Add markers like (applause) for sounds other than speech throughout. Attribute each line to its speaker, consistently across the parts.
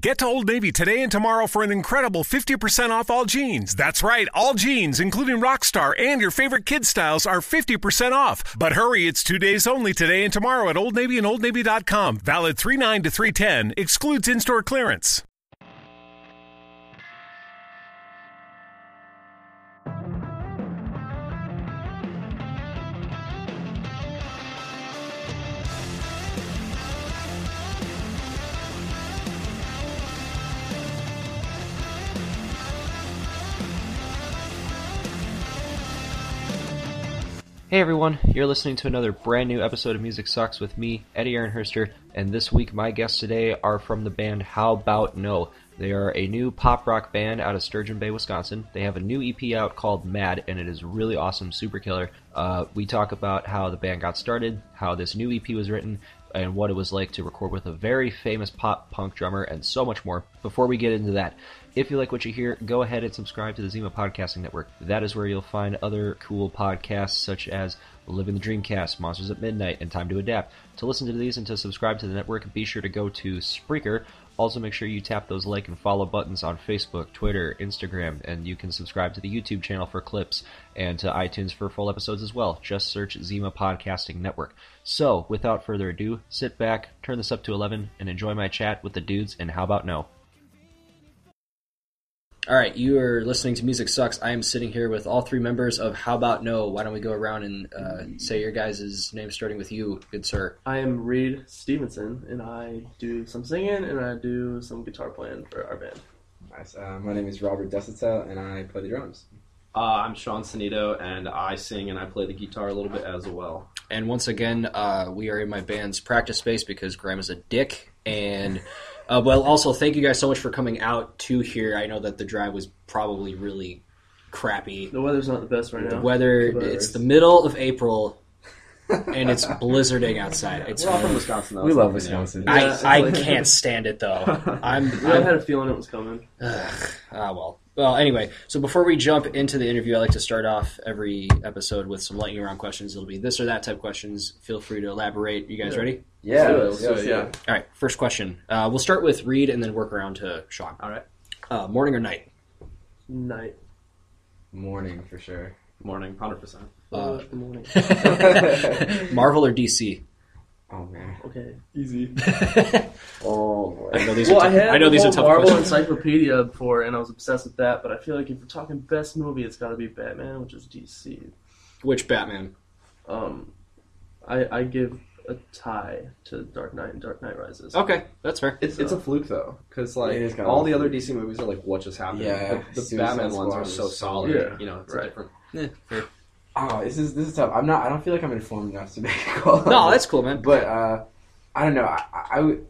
Speaker 1: Get to Old Navy today and tomorrow for an incredible 50% off all jeans. That's right, all jeans, including Rockstar and your favorite kid styles, are 50% off. But hurry, it's two days only today and tomorrow at Old Navy and OldNavy.com. Valid 39 to 310. Excludes in store clearance.
Speaker 2: Hey everyone, you're listening to another brand new episode of Music Sucks with me, Eddie Ehrenherster, and this week my guests today are from the band How About No. They are a new pop rock band out of Sturgeon Bay, Wisconsin. They have a new EP out called Mad, and it is really awesome, super killer. Uh, we talk about how the band got started, how this new EP was written, and what it was like to record with a very famous pop punk drummer and so much more. Before we get into that, if you like what you hear, go ahead and subscribe to the Zima Podcasting Network. That is where you'll find other cool podcasts such as Living the Dreamcast, Monsters at Midnight, and Time to Adapt. To listen to these and to subscribe to the network, be sure to go to Spreaker. Also, make sure you tap those like and follow buttons on Facebook, Twitter, Instagram, and you can subscribe to the YouTube channel for clips and to iTunes for full episodes as well. Just search Zima Podcasting Network. So, without further ado, sit back, turn this up to 11, and enjoy my chat with the dudes and how about no? All right, you are listening to Music Sucks. I am sitting here with all three members of How About No. Why don't we go around and uh, say your guys' names, starting with you, good sir.
Speaker 3: I am Reed Stevenson, and I do some singing and I do some guitar playing for our band.
Speaker 4: Nice. Uh, my name is Robert Desitel, and I play the drums.
Speaker 5: Uh, I'm Sean Sanito, and I sing and I play the guitar a little bit as well.
Speaker 2: And once again, uh, we are in my band's practice space because Graham is a dick. And uh, well, also thank you guys so much for coming out to here. I know that the drive was probably really crappy.
Speaker 3: The weather's not the best right
Speaker 2: The
Speaker 3: now.
Speaker 2: weather,
Speaker 3: The weather
Speaker 2: it's
Speaker 3: is-
Speaker 2: the middle of April, and it's blizzarding
Speaker 5: (laughs)
Speaker 2: outside. It's
Speaker 5: We're all from Wisconsin, though.
Speaker 4: We
Speaker 5: so
Speaker 4: love
Speaker 5: you know.
Speaker 4: Wisconsin.
Speaker 3: Yeah.
Speaker 2: I,
Speaker 5: (laughs)
Speaker 2: I can't stand it though. I'm,
Speaker 3: Yeah, I
Speaker 2: I'm
Speaker 3: had a feeling it was coming.
Speaker 2: Ugh. Ah, well. Well, anyway, so before we jump into the interview, I like to start off every episode with some lightning round questions. It'll be this or that type questions. Feel free to elaborate. You guys ready?
Speaker 4: Yeah,
Speaker 3: Let's do it,
Speaker 4: let's
Speaker 3: let's do it,
Speaker 4: do
Speaker 3: yeah.
Speaker 4: it.
Speaker 2: All right, first question. Uh, we'll start with Reed and then work around to Sean.
Speaker 5: All right.
Speaker 2: Uh, morning or
Speaker 5: (laughs)
Speaker 2: night?
Speaker 3: Night.
Speaker 4: Morning for sure.
Speaker 5: Morning, 100%.
Speaker 2: Uh, (laughs)
Speaker 3: Good morning.
Speaker 2: Marvel or DC?
Speaker 4: Oh man.
Speaker 3: Okay, easy.
Speaker 4: Oh boy.
Speaker 2: know these
Speaker 3: Well,
Speaker 2: are tough-
Speaker 3: I had
Speaker 2: (laughs) I know
Speaker 3: the
Speaker 2: these are
Speaker 3: whole
Speaker 2: tough
Speaker 3: Marvel
Speaker 2: questions.
Speaker 3: Encyclopedia before, and I was obsessed with that. But I feel like if we're talking best movie, it's got to be Batman, which is DC.
Speaker 2: Which Batman?
Speaker 3: Um, I, I give a tie to Dark Knight and Dark Knight Rises.
Speaker 2: Okay, that's fair.
Speaker 5: It's, it's a fluke, though, because like
Speaker 4: It is kinda
Speaker 5: all
Speaker 4: a
Speaker 5: the other
Speaker 4: fluke.
Speaker 5: DC movies are like, what just happened?
Speaker 4: Yeah,
Speaker 5: The, the
Speaker 4: Suicide
Speaker 5: Batman ones
Speaker 4: Squad
Speaker 5: are
Speaker 4: was
Speaker 5: so
Speaker 4: so
Speaker 5: solid.
Speaker 3: Yeah.
Speaker 5: You know, it's
Speaker 3: Right.
Speaker 5: a different.
Speaker 2: Eh, fair.
Speaker 4: (laughs) Oh, this is this is tough. I'm not. I don't feel like I'm informed enough to (laughs) make a call.
Speaker 2: No, that's cool, man.
Speaker 4: But uh, I don't know. I, I would.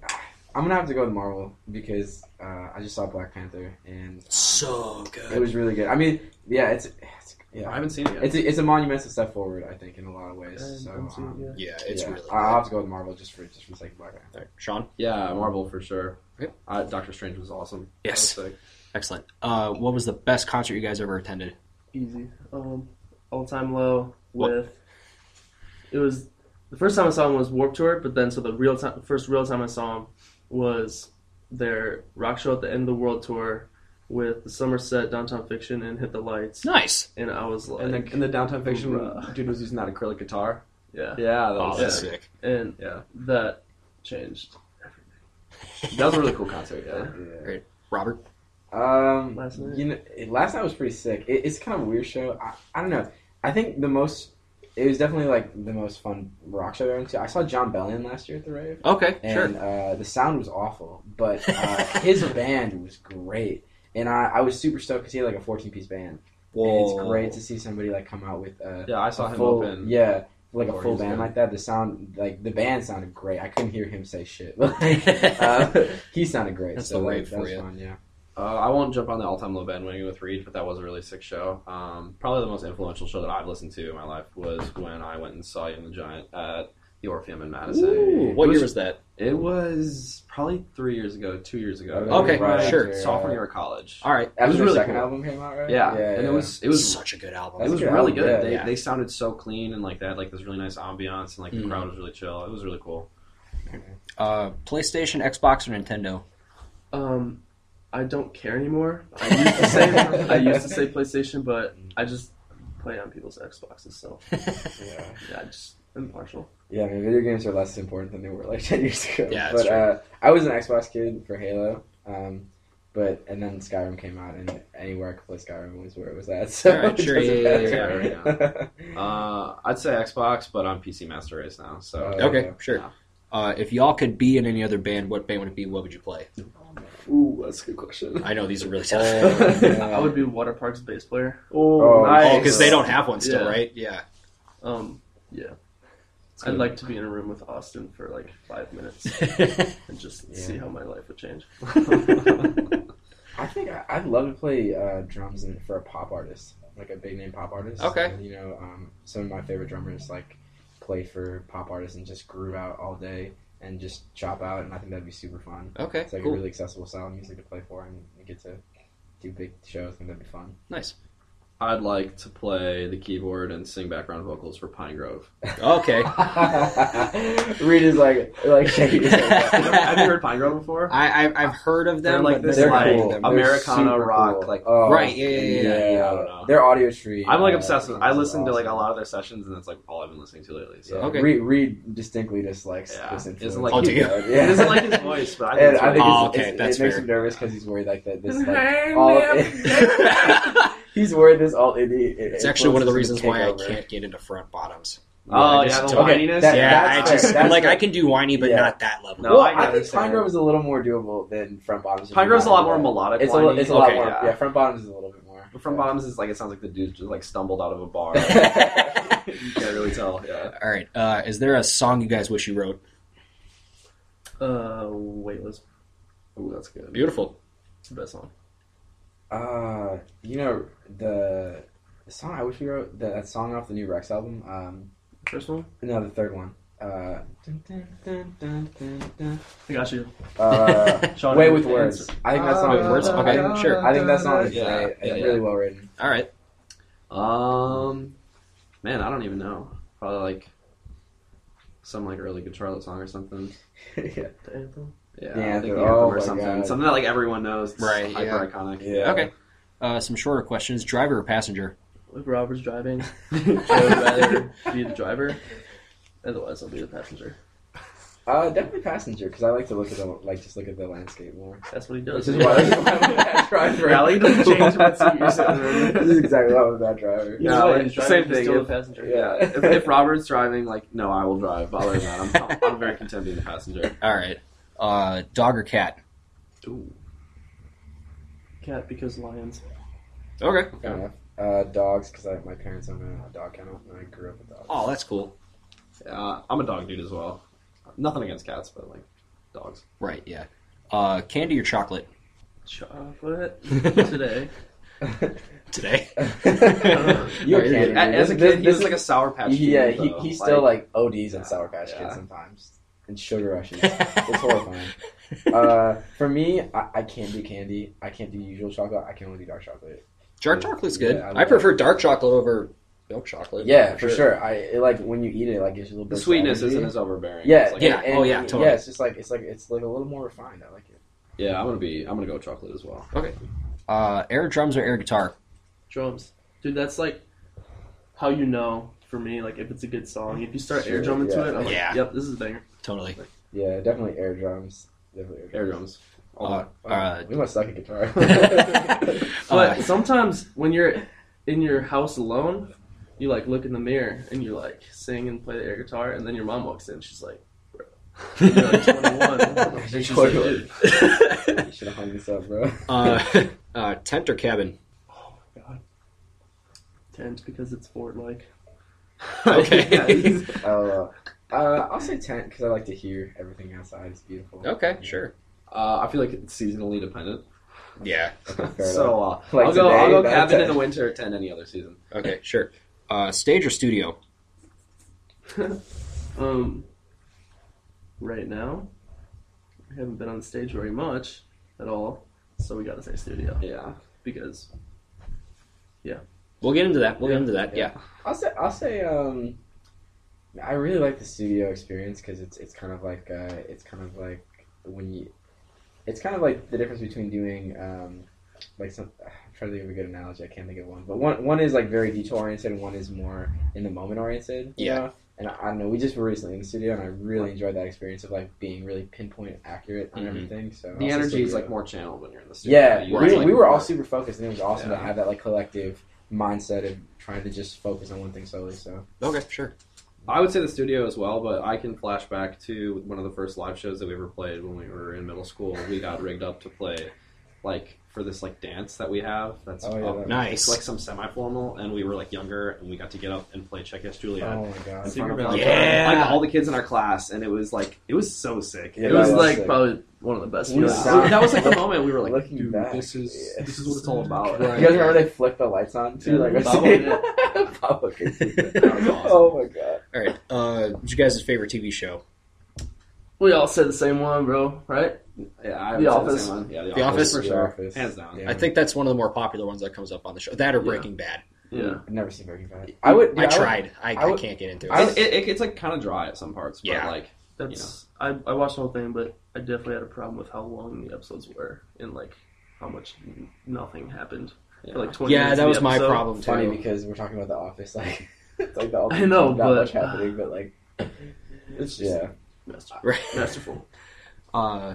Speaker 4: I'm gonna have to go with Marvel because uh, I just saw Black Panther and
Speaker 2: so
Speaker 4: it
Speaker 2: good.
Speaker 4: was really good. I mean, yeah, it's, it's
Speaker 5: I
Speaker 4: yeah,
Speaker 5: haven't seen it yet.
Speaker 4: it's a, it's a monumental step forward. I think in a lot of ways. So
Speaker 3: And- and so,
Speaker 4: um,
Speaker 3: yeah.
Speaker 2: Yeah, it's
Speaker 4: yeah,
Speaker 2: really good.
Speaker 4: I'll have to go with Marvel just for just for the sake of Black Panther.
Speaker 2: All right, Sean?
Speaker 5: yeah, Marvel for sure.
Speaker 2: Okay.
Speaker 5: Uh, Doctor Strange was awesome.
Speaker 2: Yes.
Speaker 5: That was sick.
Speaker 2: Excellent. Uh, what was the best concert you guys ever attended?
Speaker 3: Easy. Um, all time low
Speaker 2: What-
Speaker 3: with. It was the first time I saw him was Warp Tour, but then so the real time first real time I saw him was their rock show at the end of the world tour with the Somerset Downtown Fiction and Hit the Lights,
Speaker 2: Nice.
Speaker 3: and I was like,
Speaker 5: And then in the Downtown Fiction,
Speaker 3: Hoorah.
Speaker 5: dude was using that acrylic guitar.
Speaker 3: yeah,
Speaker 5: Yeah, that
Speaker 2: Oh,
Speaker 5: was
Speaker 2: that's
Speaker 5: sick.
Speaker 2: sick.
Speaker 3: and
Speaker 5: Yeah.
Speaker 3: that changed.
Speaker 5: That was a really cool concert, yeah.
Speaker 4: Yeah.
Speaker 2: Robert?
Speaker 4: Um,
Speaker 3: Last night?
Speaker 4: you know, it- last night was pretty sick. It, it's kind of a weird show. I, I don't know. I think the most, it was definitely like the most fun rock show I went to. I saw John Bellion last year at the rave,
Speaker 2: Okay,
Speaker 4: and uh, the sound was awful, but uh,
Speaker 5: (laughs)
Speaker 4: his band was great, and I, I was super stoked because he had like a fourteen piece band. And it's great to see somebody like come out with uh,
Speaker 5: Yeah, I saw
Speaker 4: a
Speaker 5: him
Speaker 4: full,
Speaker 5: open.
Speaker 4: yeah, like a
Speaker 5: Before he
Speaker 4: full
Speaker 5: was
Speaker 4: band
Speaker 5: good.
Speaker 4: like that. The sound, like the band sounded great. I couldn't hear him say shit, (laughs) but like, uh, he sounded great.
Speaker 2: That's
Speaker 4: so
Speaker 2: the
Speaker 4: like,
Speaker 2: rave
Speaker 4: that
Speaker 2: for
Speaker 4: was
Speaker 2: you.
Speaker 4: fun. Yeah.
Speaker 5: Uh, I won't jump on the all-time low bandwagon with Reed, but that was a really sick show. Um, probably the most influential show that I've listened to in my life was when I went and saw Young the Giant at the Orpheum in Madison.
Speaker 2: Ooh, what
Speaker 5: it
Speaker 2: year
Speaker 5: was,
Speaker 2: was that?
Speaker 5: It was probably three years ago, two years ago.
Speaker 2: Okay,
Speaker 5: My
Speaker 2: sure.
Speaker 5: Sophomore year of college.
Speaker 2: All right.
Speaker 4: After
Speaker 5: was
Speaker 4: the
Speaker 5: really
Speaker 4: second
Speaker 5: cool.
Speaker 4: album came out, right?
Speaker 5: Yeah, and it was it was
Speaker 2: such a good album.
Speaker 5: it
Speaker 4: That's
Speaker 5: was
Speaker 4: good
Speaker 5: really
Speaker 4: album,
Speaker 5: good.
Speaker 4: yeah.
Speaker 5: They
Speaker 2: Yeah.
Speaker 5: they sounded so clean and like they had like this really nice ambiance and like the
Speaker 2: Mhm.
Speaker 5: crowd was really chill. It was really cool.
Speaker 2: uh, PlayStation, Xbox, or Nintendo?
Speaker 3: Um, I don't care anymore. I used to say I used to say PlayStation, but I just play on people's Xboxes, so
Speaker 4: Yeah.
Speaker 3: yeah, I just impartial.
Speaker 4: Yeah, I mean, video games are less important than they were like (laughs) ten years ago.
Speaker 5: Yeah,
Speaker 4: but
Speaker 5: it's true.
Speaker 4: Uh, I was an Xbox kid for Halo, um, but and then Skyrim came out, and anywhere I could play Skyrim was where it was at. (laughs) So
Speaker 5: Alright,
Speaker 4: it
Speaker 5: sure,
Speaker 4: doesn't
Speaker 5: yeah, yeah,
Speaker 4: matter. (laughs)
Speaker 5: yeah, (laughs) Uh, I'd say Xbox, but on PC Master Race now. So
Speaker 4: Oh,
Speaker 5: okay.
Speaker 6: Okay, sure. Uh, if y'all could be in any other band, what band would it be? What would you play?
Speaker 3: Ooh, that's a good question.
Speaker 6: I know these are really tough.
Speaker 4: Oh, yeah.
Speaker 3: I would be Water Park's bass player.
Speaker 4: Oh,
Speaker 6: Oh,
Speaker 4: nice.
Speaker 6: because they don't have one still,
Speaker 3: Yeah.
Speaker 6: right? Yeah.
Speaker 3: Um, yeah. I'd like to be in a room with Austin for like five
Speaker 4: (laughs)
Speaker 3: minutes and just see
Speaker 4: Yeah.
Speaker 3: how my life would
Speaker 4: (laughs)
Speaker 3: change. (laughs)
Speaker 4: I think I, I'd love to play uh, drums in, for a pop artist, like a big name pop artist.
Speaker 6: Okay.
Speaker 4: And, you know, um, some of my favorite drummers like play for pop artists and just groove out all day and just chop out, and I think that'd be super fun.
Speaker 6: okay,
Speaker 4: It's like
Speaker 6: cool,
Speaker 4: a really accessible style of music to play for, and you get to do big shows. I think that'd be fun.
Speaker 5: (laughs)
Speaker 6: nice.
Speaker 5: I'd like to play the keyboard and sing background vocals for Pine
Speaker 4: (laughs)
Speaker 5: Grove.
Speaker 6: Okay,
Speaker 4: Reed is like like shaking. his head.
Speaker 5: Have you heard Pine Grove before?
Speaker 6: I, I I've heard of
Speaker 5: They're
Speaker 6: them,
Speaker 5: like
Speaker 6: but
Speaker 5: (laughs) this,
Speaker 6: never
Speaker 4: They're (laughs)
Speaker 5: like
Speaker 6: played
Speaker 4: cool.
Speaker 6: them.
Speaker 4: They're
Speaker 5: Americana
Speaker 4: super
Speaker 5: rock,
Speaker 4: cool.
Speaker 5: like-
Speaker 4: Oh,
Speaker 6: Right, yeah, yeah, yeah,
Speaker 5: yeah, I don't know.
Speaker 4: They're audio street.
Speaker 5: I'm like
Speaker 4: uh,
Speaker 5: obsessed with. I
Speaker 4: is
Speaker 5: listen to like a
Speaker 4: awesome.
Speaker 5: lot of their sessions, and that's like all I've been listening to lately. So
Speaker 4: Yeah.
Speaker 6: Okay.
Speaker 4: Reed, Reed distinctly dislikes
Speaker 5: Yeah.
Speaker 4: this
Speaker 5: Isn't
Speaker 4: influence.
Speaker 5: like-
Speaker 6: Oh, do you?
Speaker 4: Yeah.
Speaker 5: (laughs) it doesn't like his voice, but I
Speaker 4: (laughs)
Speaker 5: think,
Speaker 4: And
Speaker 5: it's
Speaker 4: I think
Speaker 5: really-
Speaker 6: Oh,
Speaker 4: it's,
Speaker 6: okay,
Speaker 4: it's,
Speaker 6: that's
Speaker 4: it makes
Speaker 6: fair.
Speaker 4: him nervous because he's worried like that. This like all (laughs) he's worried this all indie.
Speaker 6: It's actually one of the reasons why I can't get into front bottoms.
Speaker 5: oh
Speaker 6: I
Speaker 5: yeah,
Speaker 6: just
Speaker 5: the
Speaker 6: don't-
Speaker 5: whininess.
Speaker 4: That-
Speaker 6: yeah,
Speaker 4: that's
Speaker 6: I
Speaker 4: fair,
Speaker 6: just
Speaker 4: that's
Speaker 6: like
Speaker 4: fair.
Speaker 6: I can do whiny, but
Speaker 4: Yeah.
Speaker 6: not that level.
Speaker 5: No,
Speaker 4: well,
Speaker 5: I
Speaker 4: I, think
Speaker 5: understand.
Speaker 4: Pine Grove is a little more doable than Front Bottoms.
Speaker 5: (laughs) Pine Grove's a lot more melodic.
Speaker 4: It's a, little,
Speaker 5: whiny.
Speaker 4: it's a lot
Speaker 6: Okay,
Speaker 4: more.
Speaker 5: yeah.
Speaker 4: Yeah. Front Bottoms is a little bit more.
Speaker 5: But From Bottoms is like it sounds like the dude just like stumbled out of
Speaker 4: (laughs)
Speaker 5: a
Speaker 6: (laughs)
Speaker 5: bar.
Speaker 4: Bottoms.
Speaker 5: you can't really tell. Yeah.
Speaker 6: All right, uh, is there a song you guys wish you wrote?
Speaker 3: Uh, Weightless,
Speaker 5: Ooh, that's good.
Speaker 6: Beautiful.
Speaker 3: it's the best song.
Speaker 4: Uh, you know the, the song I wish we wrote that, that song off the new Rex album. Um,
Speaker 3: First one?
Speaker 4: no, the third one. Uh, dun, dun, dun, dun, dun, dun.
Speaker 3: I got you.
Speaker 4: uh
Speaker 3: Sean,
Speaker 4: way
Speaker 3: you
Speaker 4: with
Speaker 3: can
Speaker 4: words.
Speaker 3: answer.
Speaker 4: I think that song.
Speaker 6: With Words? Okay, sure.
Speaker 4: I think that song is
Speaker 5: Yeah,
Speaker 4: great.
Speaker 5: yeah,
Speaker 4: it's
Speaker 5: yeah.
Speaker 4: really well written. (laughs)
Speaker 6: All right,
Speaker 5: Um, man, I don't even know. Probably like some like early Good Charlotte song or something.
Speaker 4: yeah.
Speaker 3: The anthem.
Speaker 5: Yeah,
Speaker 4: The
Speaker 5: I think
Speaker 4: anthem.
Speaker 5: the anthem
Speaker 4: Oh
Speaker 5: or
Speaker 4: my
Speaker 5: something.
Speaker 4: God.
Speaker 5: Something that like everyone knows. It's
Speaker 6: Right,
Speaker 5: Hyper iconic. (laughs)
Speaker 4: Yeah.
Speaker 6: okay. Uh, some shorter questions: driver or passenger?
Speaker 3: If Robert's
Speaker 4: (laughs)
Speaker 3: driving, I would rather be the driver. Otherwise, I'll be the passenger.
Speaker 4: Uh, definitely passenger because I like to look at the like just look at the landscape
Speaker 5: (laughs)
Speaker 4: more.
Speaker 3: That's what he
Speaker 4: This
Speaker 3: does. (laughs)
Speaker 4: is (laughs) why. This is why I'm a bad driver.
Speaker 5: Rally doesn't
Speaker 4: (laughs)
Speaker 5: change what seat you're sitting in.
Speaker 4: This is exactly why I'm a bad driver.
Speaker 5: Yeah,
Speaker 3: Either way,
Speaker 5: like,
Speaker 3: he's driving,
Speaker 5: same
Speaker 3: he's
Speaker 5: thing,
Speaker 3: Still
Speaker 5: if-
Speaker 3: the passenger.
Speaker 4: yeah.
Speaker 5: if, if Robert's driving, like, no, I will drive. But other than that, I'm, I'm very content being the passenger.
Speaker 6: All right, uh, dog or cat?
Speaker 5: Ooh.
Speaker 3: Cat because lions.
Speaker 6: Okay.
Speaker 4: Fair enough. Uh, dogs because my parents own a dog kennel and I grew up with dogs.
Speaker 6: Oh, that's cool.
Speaker 5: Uh, I'm a dog dude as well. Nothing against cats, but like dogs.
Speaker 6: Right. Yeah. Uh, candy or chocolate
Speaker 4: (laughs)
Speaker 3: Chocolate today.
Speaker 6: today?
Speaker 4: You're kidding.
Speaker 5: A- As a
Speaker 4: This-
Speaker 5: kid, he
Speaker 4: this
Speaker 5: was like a Sour Patch Kid,
Speaker 4: yeah, he,
Speaker 5: though.
Speaker 4: he still like ODs
Speaker 5: yeah,
Speaker 4: and Sour Patch
Speaker 5: yeah.
Speaker 4: Kids sometimes and Sugar
Speaker 5: (laughs)
Speaker 4: Rushes. it's horrifying. Uh, for me, I, I can't do candy. I can't do usual chocolate. I can only do dark chocolate.
Speaker 6: Dark chocolate's good.
Speaker 4: Yeah, I
Speaker 6: I,
Speaker 4: like-
Speaker 6: prefer dark chocolate over milk chocolate.
Speaker 4: Yeah, for sure. I it, like when you eat it, it like gives you a little bit
Speaker 5: the
Speaker 4: of
Speaker 5: sweetness
Speaker 4: savory.
Speaker 5: isn't as overbearing.
Speaker 4: Yeah,
Speaker 5: It's like-
Speaker 6: yeah,
Speaker 4: and-
Speaker 6: oh, yeah, totally.
Speaker 4: Yeah, it's just like it's like it's like a little more refined. I like it.
Speaker 5: yeah. I'm gonna be. I'm gonna go with chocolate as well.
Speaker 6: Uh, air drums or air guitar?
Speaker 3: Drums. Dude, that's like how you know for me, like if it's a good song. If you start
Speaker 4: Sure,
Speaker 3: air drumming
Speaker 4: yeah.
Speaker 3: to it, I'm like,
Speaker 6: Yeah.
Speaker 3: yep, this is a banger.
Speaker 4: (laughs)
Speaker 6: Totally.
Speaker 4: Yeah, definitely air drums. Definitely air drums.
Speaker 5: Air drums. All
Speaker 6: Uh,
Speaker 5: day.
Speaker 4: Oh,
Speaker 6: uh,
Speaker 4: we must suck at guitar. (laughs)
Speaker 3: But
Speaker 6: (laughs) Uh,
Speaker 3: sometimes when you're in your house alone, you like look in the mirror and you like sing and play the air guitar, and then your mom walks in. She's like, "You're like 21." (laughs) And she's like, "Dude,
Speaker 4: you should have hung this up, bro.
Speaker 6: uh, (laughs) uh, tent or cabin?
Speaker 3: tent because it's Fort like
Speaker 6: (laughs)
Speaker 4: (laughs)
Speaker 6: Okay.
Speaker 4: Oh, uh, uh, I'll say tent because I like to hear everything outside. It's beautiful.
Speaker 6: okay. Sure.
Speaker 5: Uh, I feel like it's seasonally dependent.
Speaker 6: Yeah.
Speaker 4: Okay, fair
Speaker 5: so uh,
Speaker 4: Like
Speaker 5: I'll go.
Speaker 4: today,
Speaker 5: I'll go
Speaker 4: that's
Speaker 5: cabin in
Speaker 4: it.
Speaker 5: the winter. Attend any other season.
Speaker 6: Okay. Sure. Uh, stage or studio?
Speaker 3: Um, right now, we haven't been on stage very much at all, so we gotta say studio
Speaker 5: Yeah.
Speaker 3: because
Speaker 6: We'll get into that. We'll get into that. Yeah.
Speaker 4: I'll say I'll say um, I really like the studio experience because it's it's kind of like uh, it's kind of like when you it's kind of like the difference between doing um, like some. (sighs) I'm trying to think of a good analogy. I can't think of one, but one one is like very detail oriented, and one is more in the moment oriented.
Speaker 6: Yeah.
Speaker 4: Know? And I, I don't know. We just were recently in the studio, and I really enjoyed that experience of like being really pinpoint accurate on
Speaker 6: Mhm.
Speaker 4: everything. So
Speaker 5: Mm-hmm. The
Speaker 4: also
Speaker 5: energy is
Speaker 4: super-
Speaker 5: like more channeled when you're in the studio.
Speaker 4: Yeah,
Speaker 5: You
Speaker 4: we,
Speaker 5: guys, like,
Speaker 4: we were all super focused, and it was awesome
Speaker 5: Yeah.
Speaker 4: to have that like collective mindset of trying to just focus on one thing solely. So
Speaker 6: Okay, sure.
Speaker 5: I would say the studio as well, but I can flash back to one of the first live shows that we ever played when we were in middle school. We got rigged up to play, like for this like dance that we have. That's
Speaker 4: Oh, yeah,
Speaker 5: up-
Speaker 4: that-
Speaker 6: Nice.
Speaker 5: It's like some semi-formal, and we were like younger, and we got to get up and play Check Yes Juliet.
Speaker 4: oh my
Speaker 5: in
Speaker 4: god,
Speaker 5: front of,
Speaker 3: Secret
Speaker 5: like,
Speaker 6: Ballad.
Speaker 5: like
Speaker 6: Yeah.
Speaker 5: all the kids in our class, and it was like it was so sick.
Speaker 4: Yeah,
Speaker 5: it
Speaker 3: it
Speaker 4: that
Speaker 5: was
Speaker 3: was
Speaker 4: was
Speaker 3: like
Speaker 4: sick.
Speaker 3: probably one of the best.
Speaker 4: We
Speaker 3: feelings.
Speaker 4: sound-
Speaker 5: that was like
Speaker 4: (laughs)
Speaker 5: the moment we were like,
Speaker 4: Looking
Speaker 5: dude,
Speaker 4: back,
Speaker 5: this is
Speaker 4: yeah.
Speaker 5: this is what it's all about.
Speaker 4: (laughs) You guys remember they flicked the lights on too? (laughs) like I said, (laughs)
Speaker 5: (laughs) was awesome.
Speaker 4: Oh my god.
Speaker 6: All right. Uh, what's your guys' favorite TV show?
Speaker 3: We all said the same one, bro. Right?
Speaker 5: Yeah, I
Speaker 3: The
Speaker 5: would say
Speaker 3: Office.
Speaker 5: same one. Yeah, the,
Speaker 6: The Office?
Speaker 5: for
Speaker 4: The
Speaker 5: sure,
Speaker 4: Office.
Speaker 5: hands down.
Speaker 4: Yeah.
Speaker 6: I think that's one of the more popular ones that comes up on the show. That or Breaking Bad.
Speaker 3: Yeah.
Speaker 4: I've never seen Breaking Bad. I would. dude,
Speaker 6: I
Speaker 4: would-
Speaker 6: tried. I,
Speaker 4: I
Speaker 6: I,
Speaker 4: would-
Speaker 6: can't get into it.
Speaker 4: I-
Speaker 5: It, it, it's like kind of dry at some parts, but
Speaker 6: Yeah.
Speaker 5: like
Speaker 3: That's I I watched the whole thing, but I definitely had a problem with how long the episodes were and like how much n- nothing happened.
Speaker 5: Yeah.
Speaker 3: For, like twenty.
Speaker 6: yeah,
Speaker 3: minutes
Speaker 6: that
Speaker 3: of
Speaker 6: was
Speaker 3: the
Speaker 6: my
Speaker 3: episode.
Speaker 6: problem too.
Speaker 4: It's funny because we're talking about The Office, like (laughs) it's like the
Speaker 3: I know,
Speaker 4: not
Speaker 3: but-
Speaker 4: much happening, but
Speaker 5: (sighs)
Speaker 4: like
Speaker 3: It's just
Speaker 4: yeah.
Speaker 3: masterful.
Speaker 6: Right.
Speaker 5: (laughs)
Speaker 3: masterful.
Speaker 6: Uh,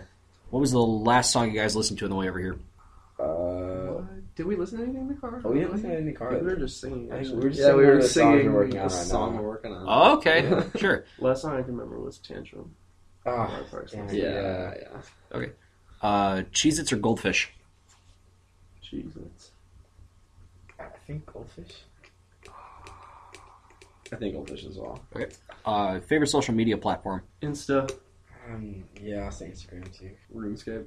Speaker 6: what was the last song you guys listened to on the way over here?
Speaker 4: Uh,
Speaker 5: Did we listen to anything in the car?
Speaker 4: Oh, we haven't seen any
Speaker 3: We
Speaker 4: cars.
Speaker 3: were just singing.
Speaker 4: I think
Speaker 3: Actually.
Speaker 4: we're just
Speaker 5: yeah, we
Speaker 4: one of
Speaker 5: were
Speaker 4: the songs
Speaker 5: singing
Speaker 4: we're working
Speaker 5: the
Speaker 4: on right
Speaker 5: song we're
Speaker 4: now.
Speaker 5: working on.
Speaker 6: Oh, okay,
Speaker 5: Yeah.
Speaker 6: (laughs) sure.
Speaker 3: Last song I can remember was Tantrum.
Speaker 4: Ah, damn,
Speaker 5: Yeah,
Speaker 4: yeah.
Speaker 5: yeah.
Speaker 6: Uh, Cheez-Its or Goldfish?
Speaker 3: Jesus.
Speaker 4: I think Goldfish.
Speaker 5: I think Goldfish as well.
Speaker 6: Uh, favorite social media platform?
Speaker 3: Insta.
Speaker 4: Um, yeah, I'll say
Speaker 3: (laughs)
Speaker 4: Instagram too.
Speaker 5: Roomscape.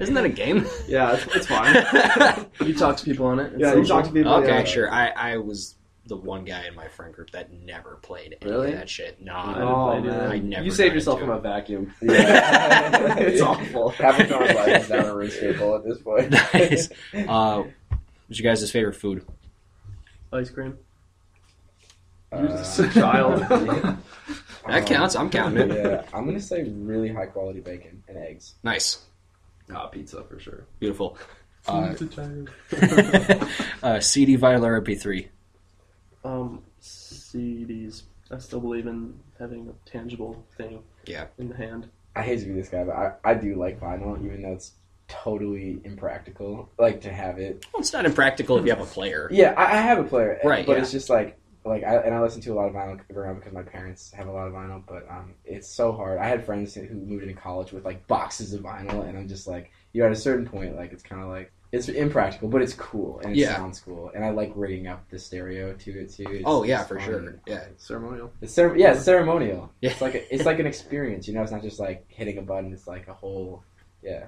Speaker 6: Isn't that a (laughs) game?
Speaker 5: Yeah, it's, it's fine.
Speaker 6: (laughs)
Speaker 3: You talk to people on it. It's
Speaker 5: yeah, you
Speaker 3: social.
Speaker 5: talk to people.
Speaker 6: okay,
Speaker 5: yeah.
Speaker 6: sure. I, I was the one guy in my friend group that never played any
Speaker 5: Really?
Speaker 6: of that shit. Nah.
Speaker 5: Oh
Speaker 3: I didn't
Speaker 5: man,
Speaker 6: play it. I never
Speaker 5: you saved
Speaker 6: got
Speaker 5: yourself
Speaker 6: into
Speaker 5: from a vacuum.
Speaker 6: (laughs)
Speaker 4: Yeah.
Speaker 5: it's
Speaker 4: (laughs)
Speaker 5: awful. (laughs)
Speaker 4: Having John's life is down a room staple at this point.
Speaker 6: (laughs) nice. Uh, what's your guys' favorite food?
Speaker 3: Ice cream.
Speaker 4: Uh,
Speaker 5: Uh,
Speaker 3: You're
Speaker 4: (laughs)
Speaker 3: just (laughs) a
Speaker 5: (laughs)
Speaker 3: child.
Speaker 4: yeah.
Speaker 6: That counts. I'm counting it.
Speaker 4: Yeah, I'm gonna say really high quality bacon and eggs.
Speaker 6: (laughs) Nice.
Speaker 5: Ah, pizza for sure.
Speaker 6: Beautiful. (laughs) Uh,
Speaker 3: He's a child.
Speaker 6: uh, CD, vinyl, or MP3?
Speaker 3: Um, CDs. I still believe in having a tangible thing.
Speaker 6: Yeah.
Speaker 3: In the hand.
Speaker 4: I hate to be this guy, but I, I do like vinyl, even though it's totally impractical. Like to have it.
Speaker 6: Well, it's not impractical if you have a player.
Speaker 4: Yeah, I, I have a player, eh,
Speaker 6: Right,
Speaker 4: But
Speaker 6: yeah.
Speaker 4: it's just like like I and I listen to a lot of vinyl growing up because my parents have a lot of vinyl. But um, it's so hard. I had friends who moved into college with like boxes of vinyl, and I'm just like, you know, at a certain point, like it's kind of like. It's impractical, but it's cool and it
Speaker 6: Yeah.
Speaker 4: sounds cool, and I like rigging up the stereo to it too. It's,
Speaker 6: Oh, yeah,
Speaker 4: it's
Speaker 6: for
Speaker 4: fun.
Speaker 6: sure. Yeah.
Speaker 5: Ceremonial.
Speaker 4: It's cer- yeah, it's ceremonial.
Speaker 6: (laughs) Yeah.
Speaker 4: It's like a, it's like an experience, you know. It's not just like hitting a button. It's like a whole yeah.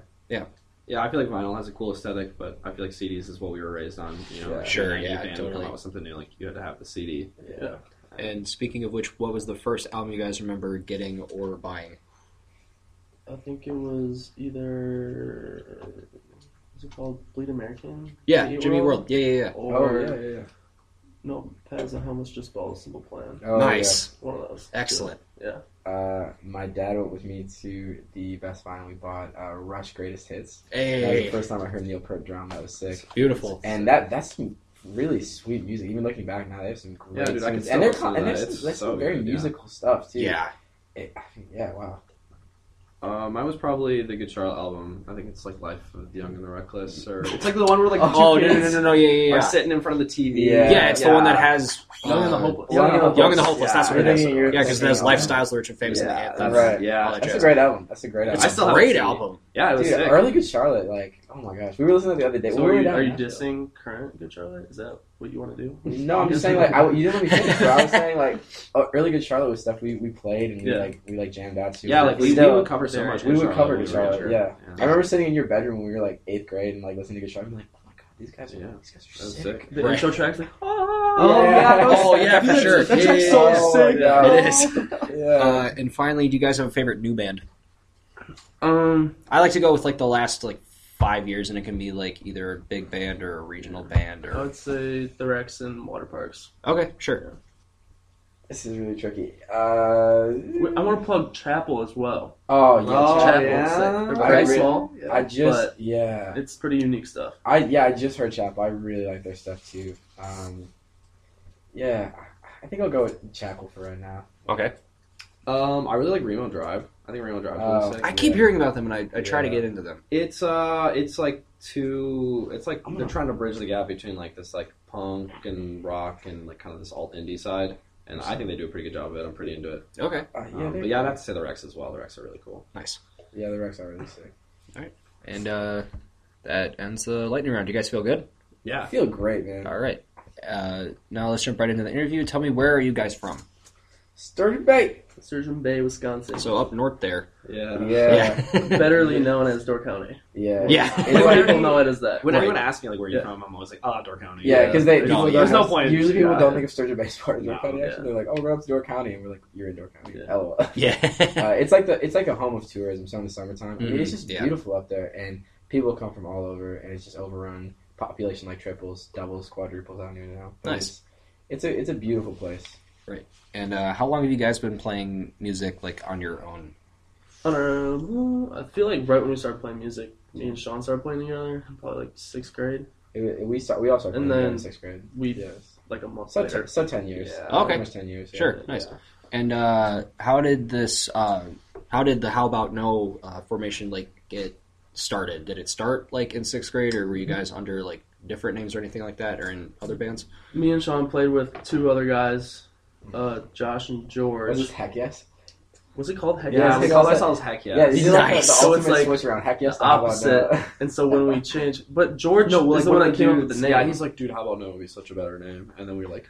Speaker 5: Yeah, I feel like vinyl has a cool aesthetic, but I feel like CDs is what we were raised on. You know,
Speaker 4: Yeah.
Speaker 5: like,
Speaker 6: Sure,
Speaker 5: when a new
Speaker 6: yeah,
Speaker 5: band would
Speaker 6: totally.
Speaker 5: Come out with something new, like you had to have the CD.
Speaker 3: Yeah.
Speaker 6: And speaking of which, what was the first album you guys remember getting or buying?
Speaker 3: I think it was either. What's it called? Bleed American.
Speaker 6: Yeah,
Speaker 3: Jimmy
Speaker 6: Jimmy World. Yeah, yeah, yeah.
Speaker 3: Or
Speaker 4: Oh, yeah,
Speaker 3: no, Paz the Helmets just follow Simple Plan.
Speaker 4: yeah. Oh,
Speaker 6: nice.
Speaker 3: One of those.
Speaker 6: Excellent.
Speaker 4: yeah. Uh, my dad went with me to the best vinyl we bought, uh, Rush Greatest Hits. That was the
Speaker 6: Hey,
Speaker 4: first time I heard Neil Peart drum. That was sick.
Speaker 6: beautiful.
Speaker 4: And that that's some really sweet music. Even looking back now, they have some great.
Speaker 5: Yeah, dude, I can
Speaker 4: tunes.
Speaker 5: still
Speaker 4: and they're
Speaker 5: listen to
Speaker 4: con- and
Speaker 5: that.
Speaker 4: there's
Speaker 5: It's
Speaker 4: some, there's some
Speaker 5: so
Speaker 4: very
Speaker 5: good, yeah.
Speaker 4: musical stuff too.
Speaker 6: Yeah.
Speaker 4: It- I mean, yeah. Wow.
Speaker 5: Um, mine was probably the Good Charlotte album. I think it's like Life of the Young and the Reckless, or it's like the one where like the two
Speaker 6: (laughs) Oh no, no,
Speaker 5: kids
Speaker 6: no, no, no, yeah, yeah,
Speaker 5: are
Speaker 6: yeah.
Speaker 5: sitting in front of the TV.
Speaker 4: Yeah,
Speaker 6: yeah, it's the one that has uh,
Speaker 3: Young and the Hopeless.
Speaker 4: Young and the
Speaker 6: Young and the Hopeless.
Speaker 5: Yeah,
Speaker 6: that's what it
Speaker 4: you're
Speaker 6: is.
Speaker 4: thinking- you're
Speaker 6: Yeah, because
Speaker 4: thinking
Speaker 6: there's
Speaker 4: of-
Speaker 6: lifestyles that are famous in the
Speaker 5: Yeah,
Speaker 6: anthem.
Speaker 5: that's-
Speaker 4: right.
Speaker 6: All
Speaker 5: yeah.
Speaker 6: that
Speaker 4: That's a
Speaker 6: jazz.
Speaker 4: great album. That's a great album.
Speaker 6: It's
Speaker 5: I
Speaker 6: a
Speaker 5: still have
Speaker 6: great
Speaker 5: the CD.
Speaker 6: album.
Speaker 5: Yeah, it was
Speaker 4: Dude,
Speaker 5: sick.
Speaker 4: early good Charlotte. Like, oh my gosh, we were listening to the other day.
Speaker 3: So
Speaker 4: we
Speaker 3: are
Speaker 4: were
Speaker 3: you,
Speaker 4: down
Speaker 3: are
Speaker 4: in
Speaker 3: you
Speaker 4: Nashville.
Speaker 3: dissing current Good Charlotte? Is that what you want to do?
Speaker 4: No, I'm just saying like I, you didn't let me finish. But
Speaker 3: (laughs)
Speaker 4: I was saying like oh, early good Charlotte was stuff we, we played and we
Speaker 3: Yeah.
Speaker 4: like we like jammed out to.
Speaker 5: yeah, like we, we
Speaker 4: still-
Speaker 5: would cover so much.
Speaker 4: we
Speaker 5: Good
Speaker 4: would
Speaker 5: Charlotte
Speaker 4: cover
Speaker 5: when
Speaker 4: good
Speaker 5: we were
Speaker 4: Charlotte.
Speaker 5: younger.
Speaker 4: Yeah. I remember sitting in your bedroom when we were like eighth grade and like listening to good Charlotte. and be like, oh my god, these guys are
Speaker 5: Yeah.
Speaker 4: these guys
Speaker 5: That
Speaker 4: are
Speaker 5: was
Speaker 4: sick.
Speaker 5: sick.
Speaker 3: The
Speaker 6: Right.
Speaker 3: intro track's like, "Ah!"
Speaker 4: Oh, yeah.
Speaker 6: Oh, yeah, for sure.
Speaker 3: That's
Speaker 6: Yeah,
Speaker 3: actually
Speaker 6: yeah,
Speaker 3: so
Speaker 6: yeah.
Speaker 3: sick.
Speaker 4: Oh, yeah.
Speaker 6: It
Speaker 4: (laughs)
Speaker 6: is.
Speaker 4: Yeah.
Speaker 6: Uh, and finally, do you guys have a favorite new band?
Speaker 3: Um,
Speaker 6: I like to go with like the last like five years, and it can be like either a big band or a regional band
Speaker 3: I
Speaker 6: or.
Speaker 3: would say the Rex and Water Parks.
Speaker 6: Okay, sure.
Speaker 4: This is really tricky. Uh,
Speaker 3: I want to plug Chapel as well.
Speaker 4: Oh yeah,
Speaker 5: Oh,
Speaker 3: Chapel,
Speaker 4: Chapel.
Speaker 5: yeah.
Speaker 3: they're
Speaker 4: I
Speaker 3: very
Speaker 4: really-
Speaker 3: small.
Speaker 4: I just yeah.
Speaker 3: It's pretty unique stuff.
Speaker 4: I yeah, I just heard Chapel. I really like their stuff too. Um, yeah, I- I think I'll go with Chapel for right now.
Speaker 2: Okay.
Speaker 5: Um, I really like Remo Drive. I think Remo Drive.
Speaker 4: Oh.
Speaker 5: is sick.
Speaker 6: I keep hearing about them, and I, I try to
Speaker 4: Yeah.
Speaker 6: get into them.
Speaker 5: It's uh, it's like two. It's like
Speaker 3: I'm
Speaker 5: they're
Speaker 3: not-
Speaker 5: trying to bridge the gap between like this like punk and rock and like kind of this alt indie side, and I think they do a pretty good job of it. I'm pretty into it.
Speaker 6: Okay,
Speaker 4: Uh,
Speaker 5: Um,
Speaker 4: yeah, they're-
Speaker 5: but yeah, I'd have to say the Rex as well. The Rex are really cool.
Speaker 6: nice.
Speaker 4: yeah, the Rex are really sick.
Speaker 6: And uh, that ends the lightning round. You guys feel good?
Speaker 4: I
Speaker 5: Yeah.
Speaker 4: feel great, man.
Speaker 6: All right. Uh, now let's jump right into the interview. Tell me where are you guys from?
Speaker 4: Sturgeon Bay.
Speaker 3: Surgeon Bay, Wisconsin,
Speaker 6: So up north there.
Speaker 5: Yeah.
Speaker 4: Yeah,
Speaker 6: (laughs)
Speaker 3: betterly known as Door
Speaker 5: (laughs)
Speaker 3: County.
Speaker 4: yeah,
Speaker 6: Yeah.
Speaker 4: It's
Speaker 3: Most (laughs)
Speaker 4: like-
Speaker 3: people know it as that.
Speaker 5: When
Speaker 6: Right.
Speaker 5: anyone asks me like where you're
Speaker 3: Yeah.
Speaker 5: from, I'm always like, oh, Door County.
Speaker 4: Yeah, because they
Speaker 5: No,
Speaker 4: people
Speaker 5: there's
Speaker 4: don't
Speaker 5: no
Speaker 4: have-
Speaker 5: point.
Speaker 4: Usually people
Speaker 5: Yeah.
Speaker 4: don't think of Sturgeon Bay as part of Door
Speaker 5: No,
Speaker 4: County.
Speaker 3: yeah.
Speaker 4: Actually, they're like, "Oh, we're up to Door County," and we're like, "You're in Door County."
Speaker 3: Yeah.
Speaker 4: LOL.
Speaker 6: yeah. (laughs)
Speaker 4: uh, it's like the it's like a home of tourism. So in the summertime, I mean,
Speaker 6: Mhm,
Speaker 4: it's just
Speaker 6: yeah.
Speaker 4: beautiful up there, and people come from all over, and it's just overrun. Population like triples, doubles, quadruples. I don't even know. But
Speaker 6: Nice.
Speaker 4: It's, it's a it's a beautiful place.
Speaker 6: and uh, how long have you guys been playing music like on your own?
Speaker 3: Um, I feel like right when we started playing music, me and Sean started playing together, probably like sixth grade,
Speaker 4: It, it- we start we all started
Speaker 3: And
Speaker 4: playing in
Speaker 3: then
Speaker 4: sixth grade.
Speaker 3: we-
Speaker 4: yes.
Speaker 3: like a month
Speaker 4: So,
Speaker 3: later.
Speaker 4: ten, so ten years.
Speaker 5: Yeah.
Speaker 4: Pretty
Speaker 6: Okay.
Speaker 4: much ten years. yeah.
Speaker 6: Sure, nice. And uh, how did this? Uh, how did the How About No uh, formation like get started? Did it start like in sixth grade, or were you guys under like different names or anything like that, or in other bands?
Speaker 3: Me and Sean played with two other guys, uh, Josh and
Speaker 4: Was this
Speaker 3: George.
Speaker 4: heck yes?
Speaker 3: Was it called Heck
Speaker 5: Yeah,
Speaker 4: Yeah,
Speaker 5: we
Speaker 4: it's
Speaker 5: call
Speaker 4: also-
Speaker 5: ourselves heck yes.
Speaker 4: Yeah, these are like the-
Speaker 6: Nice.
Speaker 4: the,
Speaker 3: So it's
Speaker 4: ultimate
Speaker 3: like
Speaker 4: switch around. Heck yes,
Speaker 3: the
Speaker 4: how about
Speaker 3: opposite.
Speaker 4: (laughs) no?
Speaker 3: And so when we changed, but George
Speaker 5: No, well,
Speaker 3: is
Speaker 5: like
Speaker 3: the
Speaker 5: one
Speaker 3: one
Speaker 5: of
Speaker 3: that
Speaker 5: the
Speaker 3: came up with
Speaker 5: dudes.
Speaker 3: the name.
Speaker 5: Yeah, he's like, dude, how about no? It'd be such a better name. And then we were like,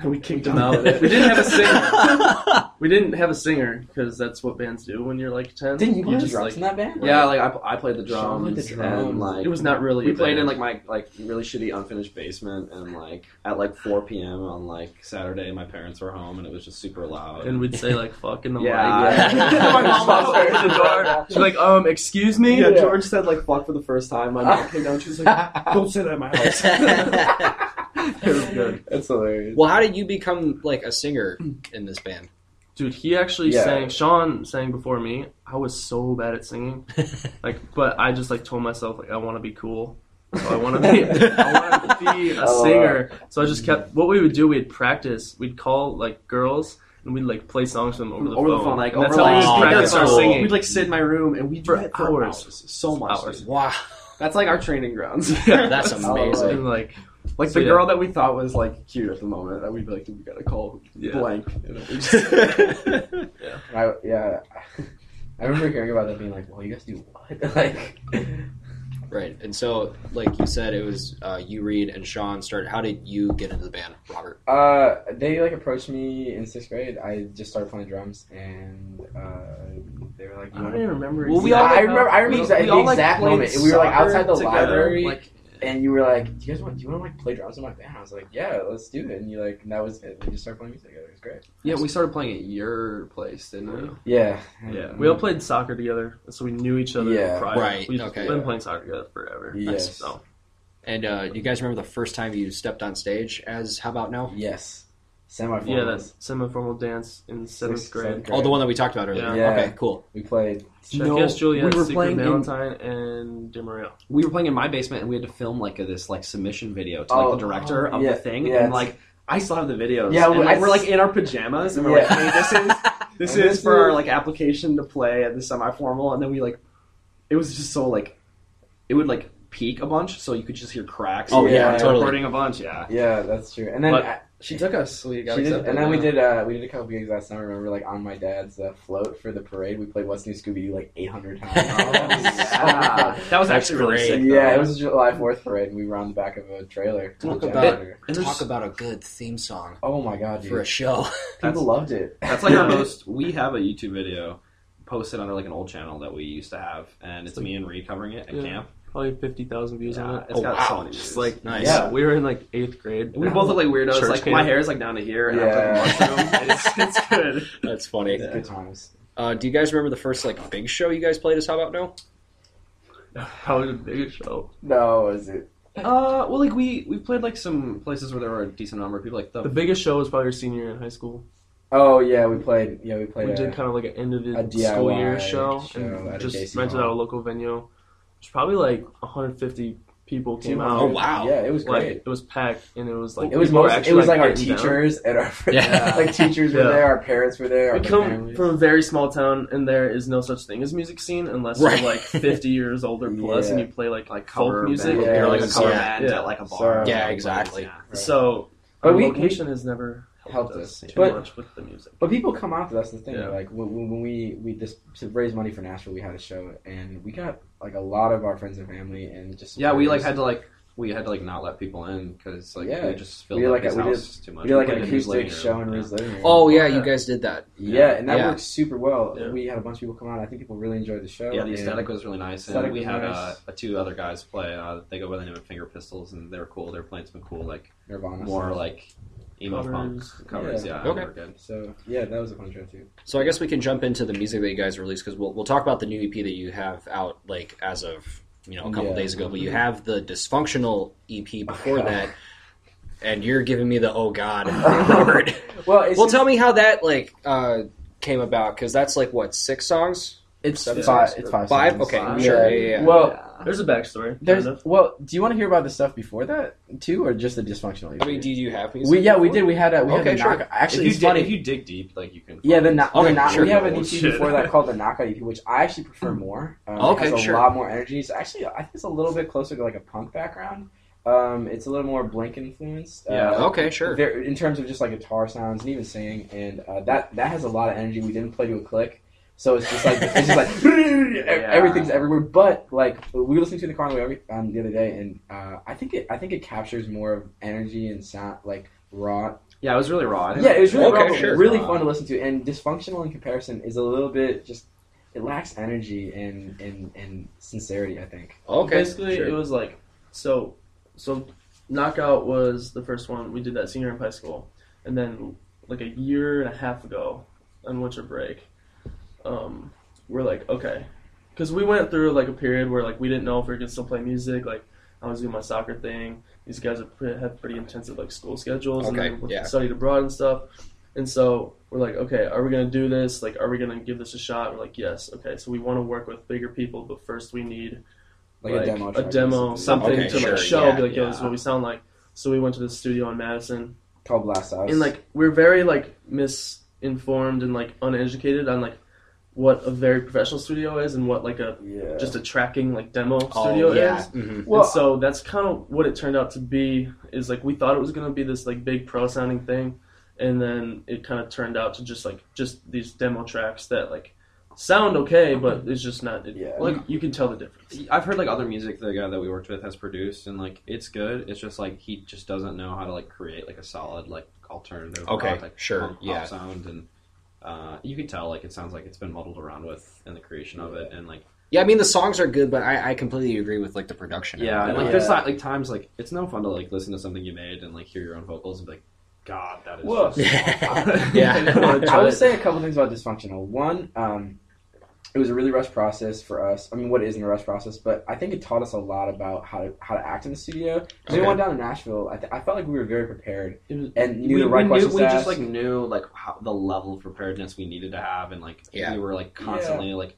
Speaker 3: and (laughs) we kicked him
Speaker 5: done
Speaker 3: out.
Speaker 5: with it.
Speaker 3: we didn't have a singer. we didn't have a singer because that's what bands do when you're like ten.
Speaker 4: Didn't you play the
Speaker 3: just,
Speaker 4: drums in
Speaker 3: like,
Speaker 4: that
Speaker 3: (laughs)
Speaker 4: band?
Speaker 5: yeah, like I, I played the
Speaker 4: Sean
Speaker 5: drums,
Speaker 4: played the drums.
Speaker 5: and like
Speaker 3: it was not really.
Speaker 5: we
Speaker 3: a
Speaker 5: played in
Speaker 3: band.
Speaker 5: like my like really shitty unfinished basement, and like at like 4 p.m. on like Saturday, my parents were home, and it was just super loud.
Speaker 3: and we'd say like "fuck" in the
Speaker 5: Yeah.
Speaker 3: mic. (laughs)
Speaker 5: (laughs)
Speaker 3: my mom walked over to the door. (laughs) She's like, um, excuse me.
Speaker 5: yeah,
Speaker 4: Yeah.
Speaker 5: George said like fuck for the first time. My mom came down. She was
Speaker 3: (laughs)
Speaker 5: like, don't say that in my house. it was good.
Speaker 4: That's hilarious.
Speaker 6: well, how did you become like a singer in this band?
Speaker 3: Dude, he actually
Speaker 4: Yeah.
Speaker 3: sang. Sean sang before me. I was so bad at
Speaker 5: (laughs)
Speaker 3: singing, like, but I just like told myself like I want to be cool. So I want to be, I want to
Speaker 5: (laughs)
Speaker 3: be a
Speaker 4: Oh, wow.
Speaker 3: singer. So I just kept. What we would do, we'd practice. We'd call like girls and we'd like play songs to them over the
Speaker 5: over
Speaker 3: phone.
Speaker 5: the phone, like
Speaker 3: And
Speaker 5: over
Speaker 3: that's
Speaker 5: like,
Speaker 3: how we would
Speaker 5: speakers
Speaker 3: practice
Speaker 5: or
Speaker 3: our
Speaker 6: cool.
Speaker 3: singing.
Speaker 5: We'd like sit in my room and we'd
Speaker 3: For
Speaker 5: do it for
Speaker 3: hours.
Speaker 5: hours. so much.
Speaker 3: Hours.
Speaker 6: Wow,
Speaker 5: That's like our training grounds.
Speaker 3: (laughs)
Speaker 6: that's amazing.
Speaker 3: And, like
Speaker 5: Like
Speaker 3: So,
Speaker 5: the
Speaker 3: yeah.
Speaker 5: girl that we thought was like cute at the moment, that we'd be like, we gotta call
Speaker 3: Yeah.
Speaker 5: blank. And it was just-
Speaker 4: I, yeah, (laughs) I remember hearing about that being like, "Well, you guys do what?" (laughs) like,
Speaker 6: right. And so, like you said, it was uh, you, Reed, and Sean started. How did you get into the band, Robert?
Speaker 4: uh, they like approached me in sixth grade. I just started playing drums, and uh, they were like,
Speaker 3: I don't even remember.
Speaker 5: Well, we
Speaker 4: Yeah,
Speaker 5: all
Speaker 4: I
Speaker 5: like,
Speaker 4: remember. I remember
Speaker 5: we-
Speaker 4: exact-
Speaker 5: we
Speaker 4: the
Speaker 5: all, like,
Speaker 4: exact
Speaker 5: played
Speaker 4: moment. We were like
Speaker 5: soccer
Speaker 4: outside the
Speaker 5: together,
Speaker 4: library,
Speaker 5: like-
Speaker 4: and you were like, "Do you guys want? Do you want to like play drums in my band?" I was like, "Yeah, let's do it." And you like, and that was it. We just started playing music together. It was great.
Speaker 5: yeah, we started playing at your place, didn't
Speaker 4: Yeah,
Speaker 5: we? Yeah.
Speaker 3: we all played soccer together, so we knew each other.
Speaker 4: Yeah.
Speaker 3: prior.
Speaker 6: Right,
Speaker 3: We've
Speaker 6: okay.
Speaker 3: been playing soccer together forever.
Speaker 4: Yes.
Speaker 3: So
Speaker 6: And uh, do you guys remember the first time you stepped on stage as How About Now?
Speaker 4: Yes, semifinals.
Speaker 3: yeah, that semi-formal dance in seventh
Speaker 4: Sixth,
Speaker 3: grade.
Speaker 4: seventh
Speaker 6: Oh, the one that we talked about earlier.
Speaker 4: Yeah.
Speaker 6: Okay, cool.
Speaker 4: we played.
Speaker 3: Check yes, Juliet,
Speaker 5: we were
Speaker 3: Secret
Speaker 5: playing in,
Speaker 3: Valentine, and Demario.
Speaker 5: we were playing in my basement, and we had to film like a, this like submission video to like
Speaker 4: Oh,
Speaker 5: the director of
Speaker 4: yeah,
Speaker 5: the thing,
Speaker 4: yeah.
Speaker 5: and like I still have the videos.
Speaker 4: Yeah,
Speaker 5: and,
Speaker 4: well,
Speaker 5: like,
Speaker 4: I-
Speaker 5: we're like in our pajamas, and we're
Speaker 4: Yeah.
Speaker 5: like, hey, this is this
Speaker 4: And
Speaker 5: is
Speaker 4: this
Speaker 5: for our
Speaker 4: is-
Speaker 5: like application to play at the semi-formal, and then we like it was just so like it would like peak a bunch, so you could just hear cracks.
Speaker 4: Oh,
Speaker 5: and,
Speaker 4: yeah,
Speaker 5: like,
Speaker 6: totally.
Speaker 5: recording a bunch, yeah.
Speaker 4: Yeah, that's true. And then.
Speaker 3: But-
Speaker 4: I-
Speaker 5: She took us. We got
Speaker 4: She did,
Speaker 5: accepted,
Speaker 4: and then we
Speaker 5: yeah.
Speaker 4: (laughs) did uh, we did a couple gigs last summer. Remember, like on my dad's uh, float for the parade, we played "What's New Scooby Doo" like eight hundred times.
Speaker 5: (laughs)
Speaker 4: (laughs)
Speaker 5: yeah. That was
Speaker 6: That's
Speaker 5: actually really
Speaker 6: great.
Speaker 5: sick. though.
Speaker 4: yeah, it was a July Fourth parade, and we were on the back of a trailer. to
Speaker 6: Talk
Speaker 4: the
Speaker 6: about-
Speaker 4: generator.
Speaker 6: And
Speaker 3: There's-
Speaker 6: talk (laughs) about a good theme song
Speaker 4: Oh my god, dude!
Speaker 6: for a show. (laughs)
Speaker 4: People loved it.
Speaker 5: That's like our most. We have a YouTube video posted under like an old channel that we used to have, and it's me and Reed covering it at
Speaker 3: Yeah.
Speaker 5: camp.
Speaker 3: Probably fifty thousand views on
Speaker 5: Yeah,
Speaker 3: it.
Speaker 5: it's
Speaker 6: Oh,
Speaker 5: got
Speaker 6: wow.
Speaker 5: so many
Speaker 6: Just
Speaker 5: views.
Speaker 3: like-
Speaker 6: Nice.
Speaker 4: Yeah.
Speaker 3: we were in like eighth grade.
Speaker 5: we both
Speaker 3: (laughs)
Speaker 5: look like weirdos.
Speaker 3: Church
Speaker 5: Like
Speaker 3: camp.
Speaker 5: my hair is like down to here, and
Speaker 4: Yeah.
Speaker 5: I'm like a mushroom. It's, it's good.
Speaker 6: (laughs) (laughs) That's funny.
Speaker 4: It's good times.
Speaker 6: Uh, do you guys remember the first like big show you guys played? Is how about no?
Speaker 3: probably the biggest show.
Speaker 4: No, was it?
Speaker 5: Uh, well, like we we played like some places where there were a decent number of people. Like the,
Speaker 3: The biggest show was probably our senior year in high school.
Speaker 4: Oh yeah, we played. Yeah, we played.
Speaker 3: we
Speaker 4: uh,
Speaker 3: did kind of like an end of
Speaker 4: a
Speaker 3: the
Speaker 4: DIY
Speaker 3: school year show,
Speaker 4: show at a
Speaker 3: and just
Speaker 4: JC
Speaker 3: rented out
Speaker 4: Hall.
Speaker 3: a local venue. It's probably like 150 people came out.
Speaker 6: Oh, wow.
Speaker 4: Yeah, it was
Speaker 3: Like
Speaker 4: great.
Speaker 3: it was packed, and it was like
Speaker 4: it was
Speaker 3: people were
Speaker 4: most,
Speaker 3: actually,
Speaker 4: It was like, our
Speaker 3: getting down.
Speaker 4: teachers and our
Speaker 6: Yeah.
Speaker 4: (laughs) like teachers were
Speaker 3: Yeah.
Speaker 4: there, our parents were there. Our
Speaker 3: We come
Speaker 4: families.
Speaker 3: from a very small town, and there is no such thing as music scene unless
Speaker 6: Right.
Speaker 3: you're like
Speaker 5: (laughs)
Speaker 3: 50 years old or plus, and
Speaker 4: Yeah.
Speaker 3: you play like
Speaker 5: like
Speaker 3: cover
Speaker 5: cover
Speaker 3: music.
Speaker 5: band.
Speaker 4: Yeah,
Speaker 5: You're like a
Speaker 6: yeah.
Speaker 5: cover
Speaker 6: Yeah.
Speaker 5: band at like a bar.
Speaker 4: Yeah,
Speaker 5: Like,
Speaker 6: exactly.
Speaker 5: yeah.
Speaker 4: Right.
Speaker 3: So,
Speaker 4: But
Speaker 3: our
Speaker 4: we-
Speaker 3: location has never helped,
Speaker 4: Helped
Speaker 3: us
Speaker 4: us,
Speaker 3: too
Speaker 4: but-
Speaker 3: much with the music.
Speaker 4: But people come out to that's the thing.
Speaker 3: Yeah.
Speaker 4: Like when, when when we we just to raise money for Nashville, we had a show and we got like a lot of our friends and family and just
Speaker 5: Yeah, we like
Speaker 4: supporters.
Speaker 5: had to like we had to like not let people in because like
Speaker 4: Yeah.
Speaker 5: we just filled
Speaker 4: We did,
Speaker 5: up
Speaker 4: like,
Speaker 5: his
Speaker 4: a- we did-
Speaker 5: house too much.
Speaker 4: we did like
Speaker 5: played
Speaker 4: an
Speaker 5: in his
Speaker 4: acoustic
Speaker 5: living
Speaker 4: show
Speaker 5: room,
Speaker 4: in
Speaker 5: yeah.
Speaker 4: Reed's living room.
Speaker 6: Oh yeah, you guys did that.
Speaker 4: yeah, and that
Speaker 6: Yeah.
Speaker 4: worked super well.
Speaker 3: Yeah.
Speaker 4: We had a bunch of people come out. I think people really enjoyed the show.
Speaker 5: Yeah, the
Speaker 4: and-
Speaker 5: aesthetic was really nice,
Speaker 4: oh, Aesthetic
Speaker 5: and we
Speaker 4: was
Speaker 5: had uh,
Speaker 4: nice.
Speaker 5: two other guys play. Uh, they go by the name of Finger Pistols, and they were cool. Their playing some cool, like
Speaker 4: Nirvana.
Speaker 5: more like emo
Speaker 3: Covers.
Speaker 5: punk covers.
Speaker 4: Yeah.
Speaker 5: Yeah, they
Speaker 6: Okay.
Speaker 5: were good.
Speaker 4: So yeah, that was a fun show too.
Speaker 6: So I guess we can jump into the music that you guys released because we'll we'll talk about the new EP that you have out like as of you know a couple
Speaker 4: Yeah.
Speaker 6: days ago. But you have the dysfunctional EP before
Speaker 4: God.
Speaker 6: that, and you're giving me the oh god (laughs) word.
Speaker 4: Well, it's
Speaker 6: well,
Speaker 4: just-
Speaker 6: tell me how that like uh, came about because that's like what six songs,
Speaker 4: it's
Speaker 6: seven
Speaker 4: five.
Speaker 6: songs?
Speaker 4: It's five.
Speaker 6: Five?
Speaker 4: songs.
Speaker 6: Okay,
Speaker 5: Five.
Speaker 6: sure, yeah, yeah, yeah.
Speaker 4: Well,
Speaker 5: Yeah.
Speaker 3: There's a backstory. kind
Speaker 4: there's
Speaker 3: of.
Speaker 4: well. Do you want to hear about the stuff before that too, or just the dysfunctional?
Speaker 6: I mean, do you have music?
Speaker 4: we yeah we
Speaker 6: before?
Speaker 4: did. We had a we
Speaker 6: Okay,
Speaker 4: had the
Speaker 6: sure.
Speaker 4: knock. Actually,
Speaker 5: if
Speaker 4: it's
Speaker 5: you, dig,
Speaker 4: funny.
Speaker 5: if you dig deep, like you can.
Speaker 4: Yeah, the,
Speaker 5: find
Speaker 4: kno- the
Speaker 6: Okay,
Speaker 4: kno-
Speaker 6: sure. Hmm.
Speaker 4: we have an
Speaker 3: Oh,
Speaker 4: EP
Speaker 3: shit.
Speaker 4: before that called the Knockout EP, which I actually prefer more. Um,
Speaker 6: Okay,
Speaker 4: it has a
Speaker 6: sure.
Speaker 4: lot more energy. It's actually I think it's a little bit closer to like a punk background. Um, it's a little more Blink influenced.
Speaker 5: Yeah.
Speaker 4: Uh,
Speaker 6: Okay, sure.
Speaker 4: there- in terms of just like guitar sounds and even singing, and uh, that that has a lot of energy. We didn't play to a click, so it's just like it's just like (laughs) e-, everything's everywhere. But like we were listening to it in the car on the, way over- um, the other day, and uh, I think it I think it captures more of energy and sound like raw
Speaker 5: Yeah, it was really raw. I didn't Uh,
Speaker 4: yeah, it was really
Speaker 6: Okay,
Speaker 4: rough, but
Speaker 6: sure.
Speaker 4: really fun to listen to. And dysfunctional in comparison is a little bit just it lacks energy and and, and sincerity. I think.
Speaker 6: Okay,
Speaker 3: Basically,
Speaker 6: sure.
Speaker 3: it was like so. So, knockout was the first one we did that senior in high school, and then like a year and a half ago, on winter break, um, we're like okay, because we went through like a period where like we didn't know if we could still play music. Like I was doing my soccer thing. These guys are pre- have pretty intensive like school schedules
Speaker 6: Okay,
Speaker 3: and then
Speaker 6: yeah.
Speaker 3: studied abroad and stuff. And so we're like, okay, are we gonna do this? Like, are we gonna give this a shot? We're like, yes, okay. So we want to work with bigger people, but first we need
Speaker 4: Like, a demo, track,
Speaker 3: demo,
Speaker 4: basically.
Speaker 3: something
Speaker 6: Okay,
Speaker 3: to
Speaker 6: sure,
Speaker 3: like show,
Speaker 6: yeah,
Speaker 3: be like, yo,
Speaker 5: yeah.
Speaker 3: this is what we sound like. So we went to the studio in Madison,
Speaker 4: called Blast House.
Speaker 3: and like we're very like misinformed and like uneducated on like what a very professional studio is and what like a
Speaker 4: yeah,
Speaker 3: just a tracking like demo
Speaker 6: Oh,
Speaker 3: studio
Speaker 6: yeah.
Speaker 3: is.
Speaker 6: mhm.
Speaker 4: well,
Speaker 3: and so that's kind of what it turned out to be. Is like we thought it was gonna be this like big pro sounding thing, and then it kind of turned out to just like just these demo tracks that like sound okay, but it's just not. It,
Speaker 4: Yeah.
Speaker 3: Like you can tell the difference.
Speaker 5: I've heard like other music the guy that we worked with has produced, and like it's good. It's just like he just doesn't know how to like create like a solid like alternative.
Speaker 6: Okay,
Speaker 5: rock, like,
Speaker 6: sure,
Speaker 5: punk pop
Speaker 6: yeah.
Speaker 5: sound, and uh, you can tell like it sounds like it's been muddled around with in the creation of it, and like
Speaker 6: yeah, I mean the songs are good, but I, I completely agree with like the production.
Speaker 5: yeah, and, like
Speaker 4: Yeah.
Speaker 5: there's not like times like it's no fun to like listen to something you made and like hear your own vocals and be like, God, that is.
Speaker 4: Well,
Speaker 5: just awful."
Speaker 6: (laughs) (laughs)
Speaker 5: (laughs)
Speaker 6: Yeah.
Speaker 4: (laughs) I would say a couple things about dysfunctional. One, um, it was a really rushed process for us. I mean, what isn't a rushed process? But I think it taught us a lot about how to how to act in the studio. 'Cause We
Speaker 6: Okay.
Speaker 4: went down to Nashville. I, th- I felt like we were very prepared
Speaker 3: It was-
Speaker 4: and knew
Speaker 5: we,
Speaker 4: the right
Speaker 5: we, knew,
Speaker 4: questions
Speaker 5: we
Speaker 4: to
Speaker 5: just
Speaker 4: ask.
Speaker 5: like knew like how, the level of preparedness we needed to have, and like
Speaker 6: Yeah.
Speaker 5: we were like constantly like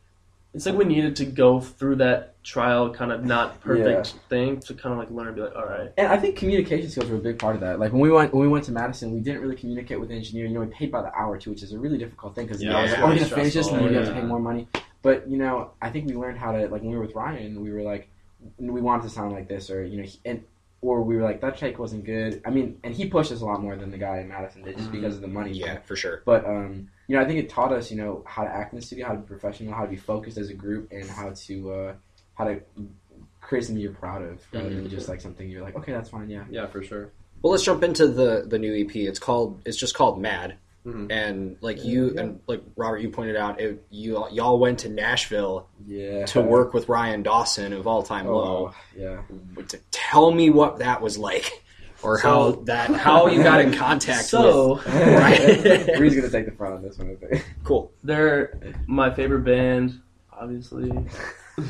Speaker 3: It's like we needed to go through that trial, kind of not perfect thing, to kind of like learn and be like, all right,
Speaker 4: And I think communication skills were a big part of that. Like when we went when we went to Madison, we didn't really communicate with the engineer. You know, we paid by the hour too, which is a really difficult thing because
Speaker 5: Yeah,
Speaker 4: now it's like,
Speaker 6: it's
Speaker 4: oh, we're
Speaker 5: really
Speaker 4: gonna finish this, and
Speaker 5: stressful,
Speaker 4: then you have to
Speaker 5: yeah.
Speaker 4: pay more money. But you know, I think we learned how to like when we were with Ryan, we were like, we wanted to sound like this, or you know, he, and or we were like that take wasn't good. I mean, and he pushed us a lot more than the guy in Madison did just
Speaker 5: Mhm.
Speaker 4: because of the money.
Speaker 6: (laughs) yeah, for sure.
Speaker 4: But um, you know, I think it taught us, you know, how to act in the studio, how to be professional, how to be focused as a group, and how to uh, how to create something you're proud of, rather
Speaker 3: Mm-hmm.
Speaker 4: than just like something you're like, okay, that's fine, yeah.
Speaker 5: yeah for sure.
Speaker 6: Well, let's jump into the the new EP. It's called it's just called Mad,
Speaker 5: Mhm.
Speaker 6: and like you
Speaker 4: Mm-hmm. Yeah.
Speaker 6: and like Robert, you pointed out, it, you y'all went to Nashville
Speaker 4: Yeah.
Speaker 6: to work with Ryan Dawson of All Time
Speaker 4: Oh,
Speaker 6: Low.
Speaker 4: (laughs) yeah.
Speaker 6: But To tell me what that was like, or how
Speaker 3: So-
Speaker 6: that how you got in contact. with,
Speaker 3: so
Speaker 4: (laughs)
Speaker 6: Right.
Speaker 4: Reed's gonna take the front on this one, I think.
Speaker 6: cool.
Speaker 3: they're my favorite band, obviously.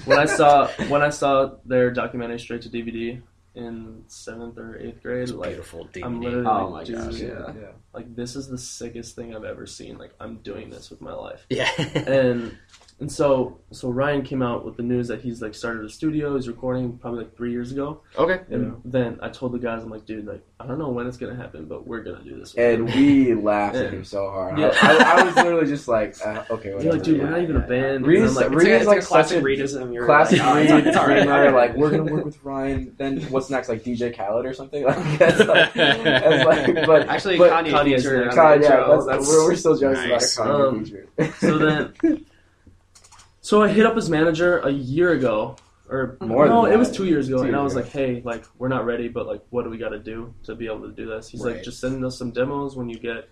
Speaker 3: When I saw when I saw their documentary straight to DVD, in seventh or eighth grade.
Speaker 6: It's
Speaker 3: like
Speaker 6: beautiful DVD.
Speaker 3: I'm literally
Speaker 5: Oh
Speaker 3: like,
Speaker 5: my gosh,
Speaker 3: dude,
Speaker 5: yeah.
Speaker 3: like this is the sickest thing I've ever seen. Like I'm doing this with my life.
Speaker 6: yeah.
Speaker 3: And and so so Ryan came out with the news that he's like started a studio, he's recording probably like three years ago.
Speaker 6: okay.
Speaker 3: And then I told the guys, I'm like, dude, like I don't know when it's gonna happen, but we're gonna do this.
Speaker 4: And we laughed
Speaker 3: Yeah.
Speaker 4: at him so hard.
Speaker 3: Yeah.
Speaker 4: I, I, I was literally just like, uh, okay,
Speaker 3: You're
Speaker 4: whatever.
Speaker 3: like, dude,
Speaker 5: Yeah,
Speaker 3: we're not even a
Speaker 5: yeah,
Speaker 3: band.
Speaker 4: Reed
Speaker 3: And
Speaker 4: is-
Speaker 3: I'm like,
Speaker 4: Reed is like
Speaker 7: classic
Speaker 4: such a
Speaker 7: Reedism. You're
Speaker 4: Classic
Speaker 7: like, "Oh,
Speaker 4: Reed,
Speaker 7: it's
Speaker 4: it's
Speaker 7: all right,
Speaker 4: Reed and I
Speaker 7: all
Speaker 4: are
Speaker 7: right."
Speaker 4: like, we're
Speaker 5: (laughs)
Speaker 4: gonna work with Ryan. Then what's next? Like DJ Khaled or something? (laughs) Like that's
Speaker 3: (laughs)
Speaker 4: like, that's like but
Speaker 7: Actually,
Speaker 4: but,
Speaker 7: Kanye
Speaker 3: Kanye's
Speaker 7: featured
Speaker 3: next.
Speaker 7: on the
Speaker 4: Kanye, yeah,
Speaker 7: intro.
Speaker 4: that's, we're, we're still joking
Speaker 6: Nice.
Speaker 4: about Kanye
Speaker 3: Um,
Speaker 4: feature.
Speaker 3: (laughs)
Speaker 4: (laughs)
Speaker 3: so then So I hit up his manager a year ago. Or
Speaker 4: More
Speaker 3: no,
Speaker 4: than
Speaker 3: it was
Speaker 4: that.
Speaker 3: two years ago,
Speaker 4: Two
Speaker 3: and I was
Speaker 4: years ago.
Speaker 3: like, "Hey, like we're not ready, but like, what do we got to do to be able to do this?" He's like,
Speaker 6: Right.
Speaker 3: "Just send us some demos when you get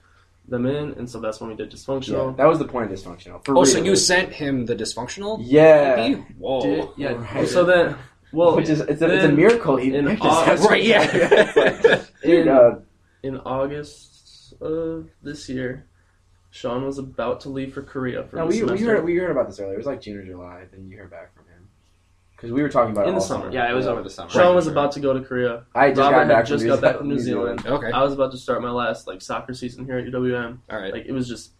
Speaker 3: them in," and so that's when we did
Speaker 4: yeah,
Speaker 3: dysfunctional.
Speaker 4: that was the point of dysfunctional. For
Speaker 6: Oh, so
Speaker 4: real.
Speaker 6: you sent him the dysfunctional?
Speaker 4: yeah,
Speaker 6: EP? Whoa.
Speaker 3: Dude, yeah.
Speaker 4: Right.
Speaker 3: So then, well,
Speaker 4: which is it's a, it's a
Speaker 3: then
Speaker 4: miracle he
Speaker 3: in
Speaker 4: picked
Speaker 3: Au-
Speaker 4: us.
Speaker 6: Right, yeah.
Speaker 4: (laughs) It's like,
Speaker 3: In-
Speaker 4: dude, uh,
Speaker 3: in August of this year, Sean was about to leave for Korea for
Speaker 4: no,
Speaker 3: the
Speaker 4: we, we
Speaker 3: semester.
Speaker 4: heard we heard about this earlier. It was like June or July. Then you heard back from him because we were talking about
Speaker 3: In
Speaker 4: it
Speaker 3: the
Speaker 4: all
Speaker 3: summer.
Speaker 5: Yeah, it was over the summer.
Speaker 3: Sean was about to go to Korea.
Speaker 4: I had just
Speaker 3: Robert
Speaker 4: got
Speaker 3: had
Speaker 4: back
Speaker 3: just
Speaker 4: from
Speaker 3: got
Speaker 4: New
Speaker 3: back from New Zealand.
Speaker 6: (laughs) Okay.
Speaker 3: I was about to start my last like soccer season here at UWM.
Speaker 6: All right.
Speaker 3: Like it was just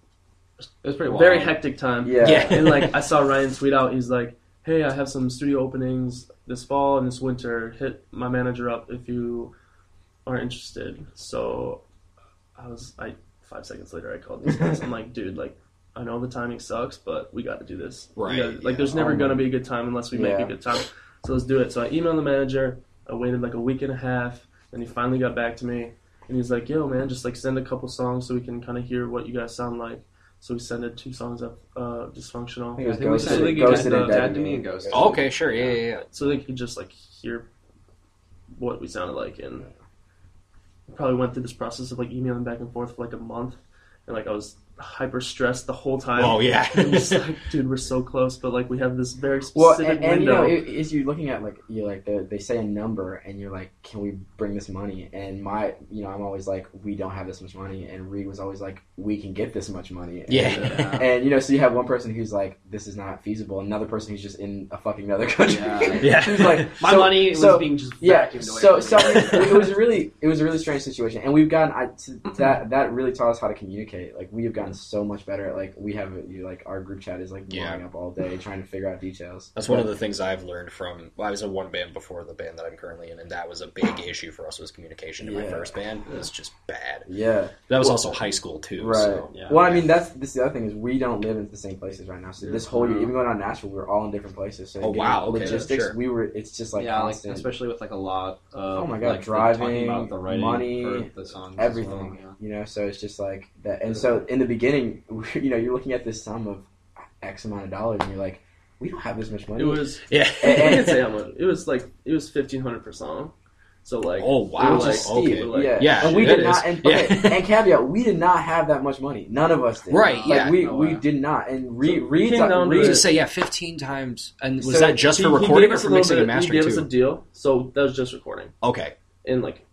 Speaker 5: It was pretty wild.
Speaker 3: very hectic time.
Speaker 4: Yeah.
Speaker 6: Yeah.
Speaker 3: (laughs) and like I saw Ryan tweet out, he's like, "Hey, I have some studio openings this fall and this winter. Hit my manager up if you are interested." So I was, I five seconds later, I called these guys. I'm like, "Dude, like, I know the timing sucks, but we got to do this. We
Speaker 6: Right,
Speaker 3: gotta- like,
Speaker 6: yeah.
Speaker 3: there's never
Speaker 4: Oh,
Speaker 3: gonna be a good time unless we make
Speaker 4: Yeah.
Speaker 3: a good time. So let's do it." So I emailed the manager. I waited like a week and a half, and he finally got back to me. And he's like, "Yo, man, just like send a couple songs so we can kind of hear what you guys sound like." So we sent it two songs up, uh, dysfunctional.
Speaker 4: I think it was
Speaker 5: I think we
Speaker 4: Ghosted,
Speaker 5: said- I think you
Speaker 4: Ghosted
Speaker 5: did
Speaker 4: and
Speaker 5: the-
Speaker 4: Dead
Speaker 5: Dead to Me and Ghosted.
Speaker 6: Oh, okay, sure. Yeah, yeah, yeah.
Speaker 3: so they could just like hear what we sounded like and probably went through this process of like emailing back and forth for like a month and like i was hyper stressed the whole time (laughs)
Speaker 6: Oh, yeah.
Speaker 3: And just like dude we're so close but like we have this very
Speaker 4: Well,
Speaker 3: specific
Speaker 4: and, and you
Speaker 3: window
Speaker 4: know, it, it's you looking at like you like the, they say a number, and you're like, can we bring this money? And my, you know, I'm always like, we don't have this much money, and Reed was always like, we can get this much money. And,
Speaker 6: (laughs) Yeah.
Speaker 4: (laughs) And you know, so you have one person who's like, "This is not feasible." Another person who's just in a fucking other country.
Speaker 5: Yeah.
Speaker 4: (laughs)
Speaker 6: Yeah.
Speaker 4: who's like,
Speaker 7: My
Speaker 4: so-
Speaker 7: money was
Speaker 4: so-
Speaker 7: being just
Speaker 4: yeah.
Speaker 7: vacuumed away
Speaker 4: So,
Speaker 7: from
Speaker 4: so
Speaker 7: me.
Speaker 4: it, it was a really, it was a really strange situation, and we've gotten I, to, that that really taught us how to communicate. Like, we have gotten so much better at like we have you like our group chat is like blowing
Speaker 6: Yeah.
Speaker 4: up all day trying to figure out details.
Speaker 6: That's one of the things I've learned from. Well, I was in one band before the band that I'm currently in, and that was a big issue for us was communication. In my
Speaker 4: Yeah.
Speaker 6: first band, it was just bad.
Speaker 4: yeah.
Speaker 6: That was also high school too.
Speaker 4: Right.
Speaker 6: So.
Speaker 5: Yeah.
Speaker 4: Well, I mean, that's this is the other thing is we don't live in the same places right now. So this whole year,
Speaker 5: Yeah.
Speaker 4: even going on Nashville, we were all in different places. So
Speaker 6: Uh-huh. Oh,
Speaker 4: given
Speaker 6: wow, okay,
Speaker 4: logistics.
Speaker 6: sure.
Speaker 4: We were. It's just like
Speaker 5: yeah, like,
Speaker 4: constant.
Speaker 5: especially with like a lot of
Speaker 4: Oh my God,
Speaker 5: like, the-
Speaker 4: driving,
Speaker 5: talking about the writing
Speaker 4: money,
Speaker 5: for the songs, as
Speaker 4: everything,
Speaker 5: well,
Speaker 4: you know. So it's just like that. And so in the beginning, (laughs) you know, you're looking at this sum of X amount of dollars, and you're like, we don't have this much money.
Speaker 3: it
Speaker 4: (laughs)
Speaker 3: was
Speaker 6: Yeah.
Speaker 3: I
Speaker 6: (laughs)
Speaker 3: can't say how much it was like it was 1500 per song so like
Speaker 6: oh
Speaker 4: It
Speaker 6: wow.
Speaker 4: was just
Speaker 6: okay.
Speaker 4: steep,
Speaker 3: like-
Speaker 4: yeah.
Speaker 6: Yeah,
Speaker 4: and we
Speaker 6: that
Speaker 4: did not.
Speaker 6: is-
Speaker 4: And, okay,
Speaker 3: (laughs)
Speaker 6: yeah.
Speaker 4: and caveat: we did not have that much money. None of us did.
Speaker 6: Right,
Speaker 4: Like
Speaker 6: yeah.
Speaker 4: we
Speaker 5: Oh,
Speaker 4: we
Speaker 5: wow.
Speaker 4: did not. And Reed,
Speaker 3: So it
Speaker 4: Reed's
Speaker 3: came down to
Speaker 6: I was
Speaker 4: Reed-
Speaker 6: gonna say yeah, 15 times, and was
Speaker 4: So
Speaker 6: that just
Speaker 3: he,
Speaker 6: for
Speaker 3: he gave
Speaker 6: recording or
Speaker 3: us
Speaker 6: for
Speaker 3: a little
Speaker 6: mixing
Speaker 3: bit-
Speaker 6: and
Speaker 3: he
Speaker 6: mastering
Speaker 3: gave
Speaker 6: too?
Speaker 3: us a deal so that was just recording
Speaker 6: okay,
Speaker 3: and like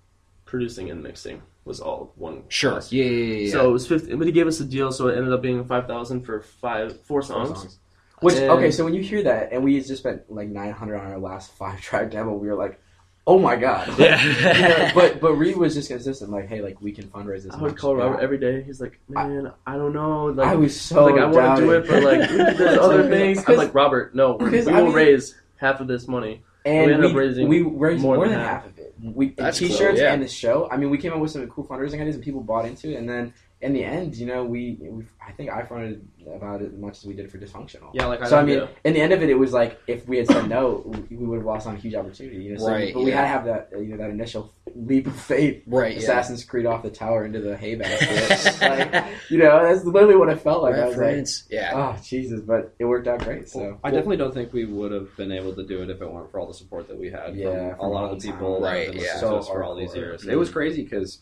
Speaker 3: producing and mixing was all one
Speaker 6: sure.
Speaker 3: cost.
Speaker 6: Yeah, yeah, yeah, yeah. (laughs)
Speaker 3: So it was fifty, but he gave us a deal, so it ended up being five thousand for five four songs.
Speaker 4: songs. Which
Speaker 3: And-
Speaker 4: okay, so when you hear that, and we just spent like nine hundred on our last five (laughs) track demo, we were like, "Oh my god!" You know,
Speaker 6: yeah.
Speaker 4: but but Reed was just consistent, like, "Hey, like we can fundraise this."
Speaker 3: I would
Speaker 4: much."
Speaker 3: call Robert
Speaker 4: Yeah.
Speaker 3: every day. He's like,
Speaker 4: I-
Speaker 3: man, I, don't know. Like,
Speaker 4: I was so
Speaker 3: like I want to do it, but
Speaker 4: doubting.
Speaker 3: like
Speaker 4: (laughs)
Speaker 3: there's other things. I'm
Speaker 4: 'Cause-
Speaker 3: like Robert, no, we we
Speaker 4: 'cause
Speaker 3: will
Speaker 4: I mean-
Speaker 3: raise half of this money.
Speaker 4: and
Speaker 3: we
Speaker 4: we
Speaker 3: ended up raising
Speaker 4: we raised more, than, half. of it. We and
Speaker 6: That's cool,
Speaker 4: t-shirts
Speaker 6: yeah.
Speaker 4: and the show. I mean, we came up with some cool fundraising ideas, and people bought into it. And then in the end, you know, we, we I think I funded about as much as we did for dysfunctional.
Speaker 5: Yeah, like I
Speaker 4: So I
Speaker 5: don't-
Speaker 4: mean,
Speaker 3: Yeah.
Speaker 4: in the end of it, it was like if we had said no, we would have lost on a huge opportunity. You know, so,
Speaker 6: Right,
Speaker 4: But we
Speaker 6: yeah.
Speaker 4: had to have that you know that initial leap of faith.
Speaker 6: right. Yeah.
Speaker 4: Assassin's Creed off the tower into the hay
Speaker 6: (laughs)
Speaker 4: basket. like, you know, that's literally what it felt like. I was like,
Speaker 6: Reference. Yeah.
Speaker 4: oh Jesus, but it worked out great. So
Speaker 5: I definitely don't think we would have been able to do it if it weren't for all the support that we had
Speaker 4: Yeah,
Speaker 5: from a
Speaker 4: from
Speaker 5: lot
Speaker 4: all
Speaker 5: of
Speaker 4: the
Speaker 5: the
Speaker 4: time.
Speaker 5: people that
Speaker 6: Right,
Speaker 5: have been
Speaker 6: yeah.
Speaker 5: listening to us
Speaker 4: So
Speaker 5: for all these
Speaker 4: hardcore.
Speaker 5: years. It was crazy because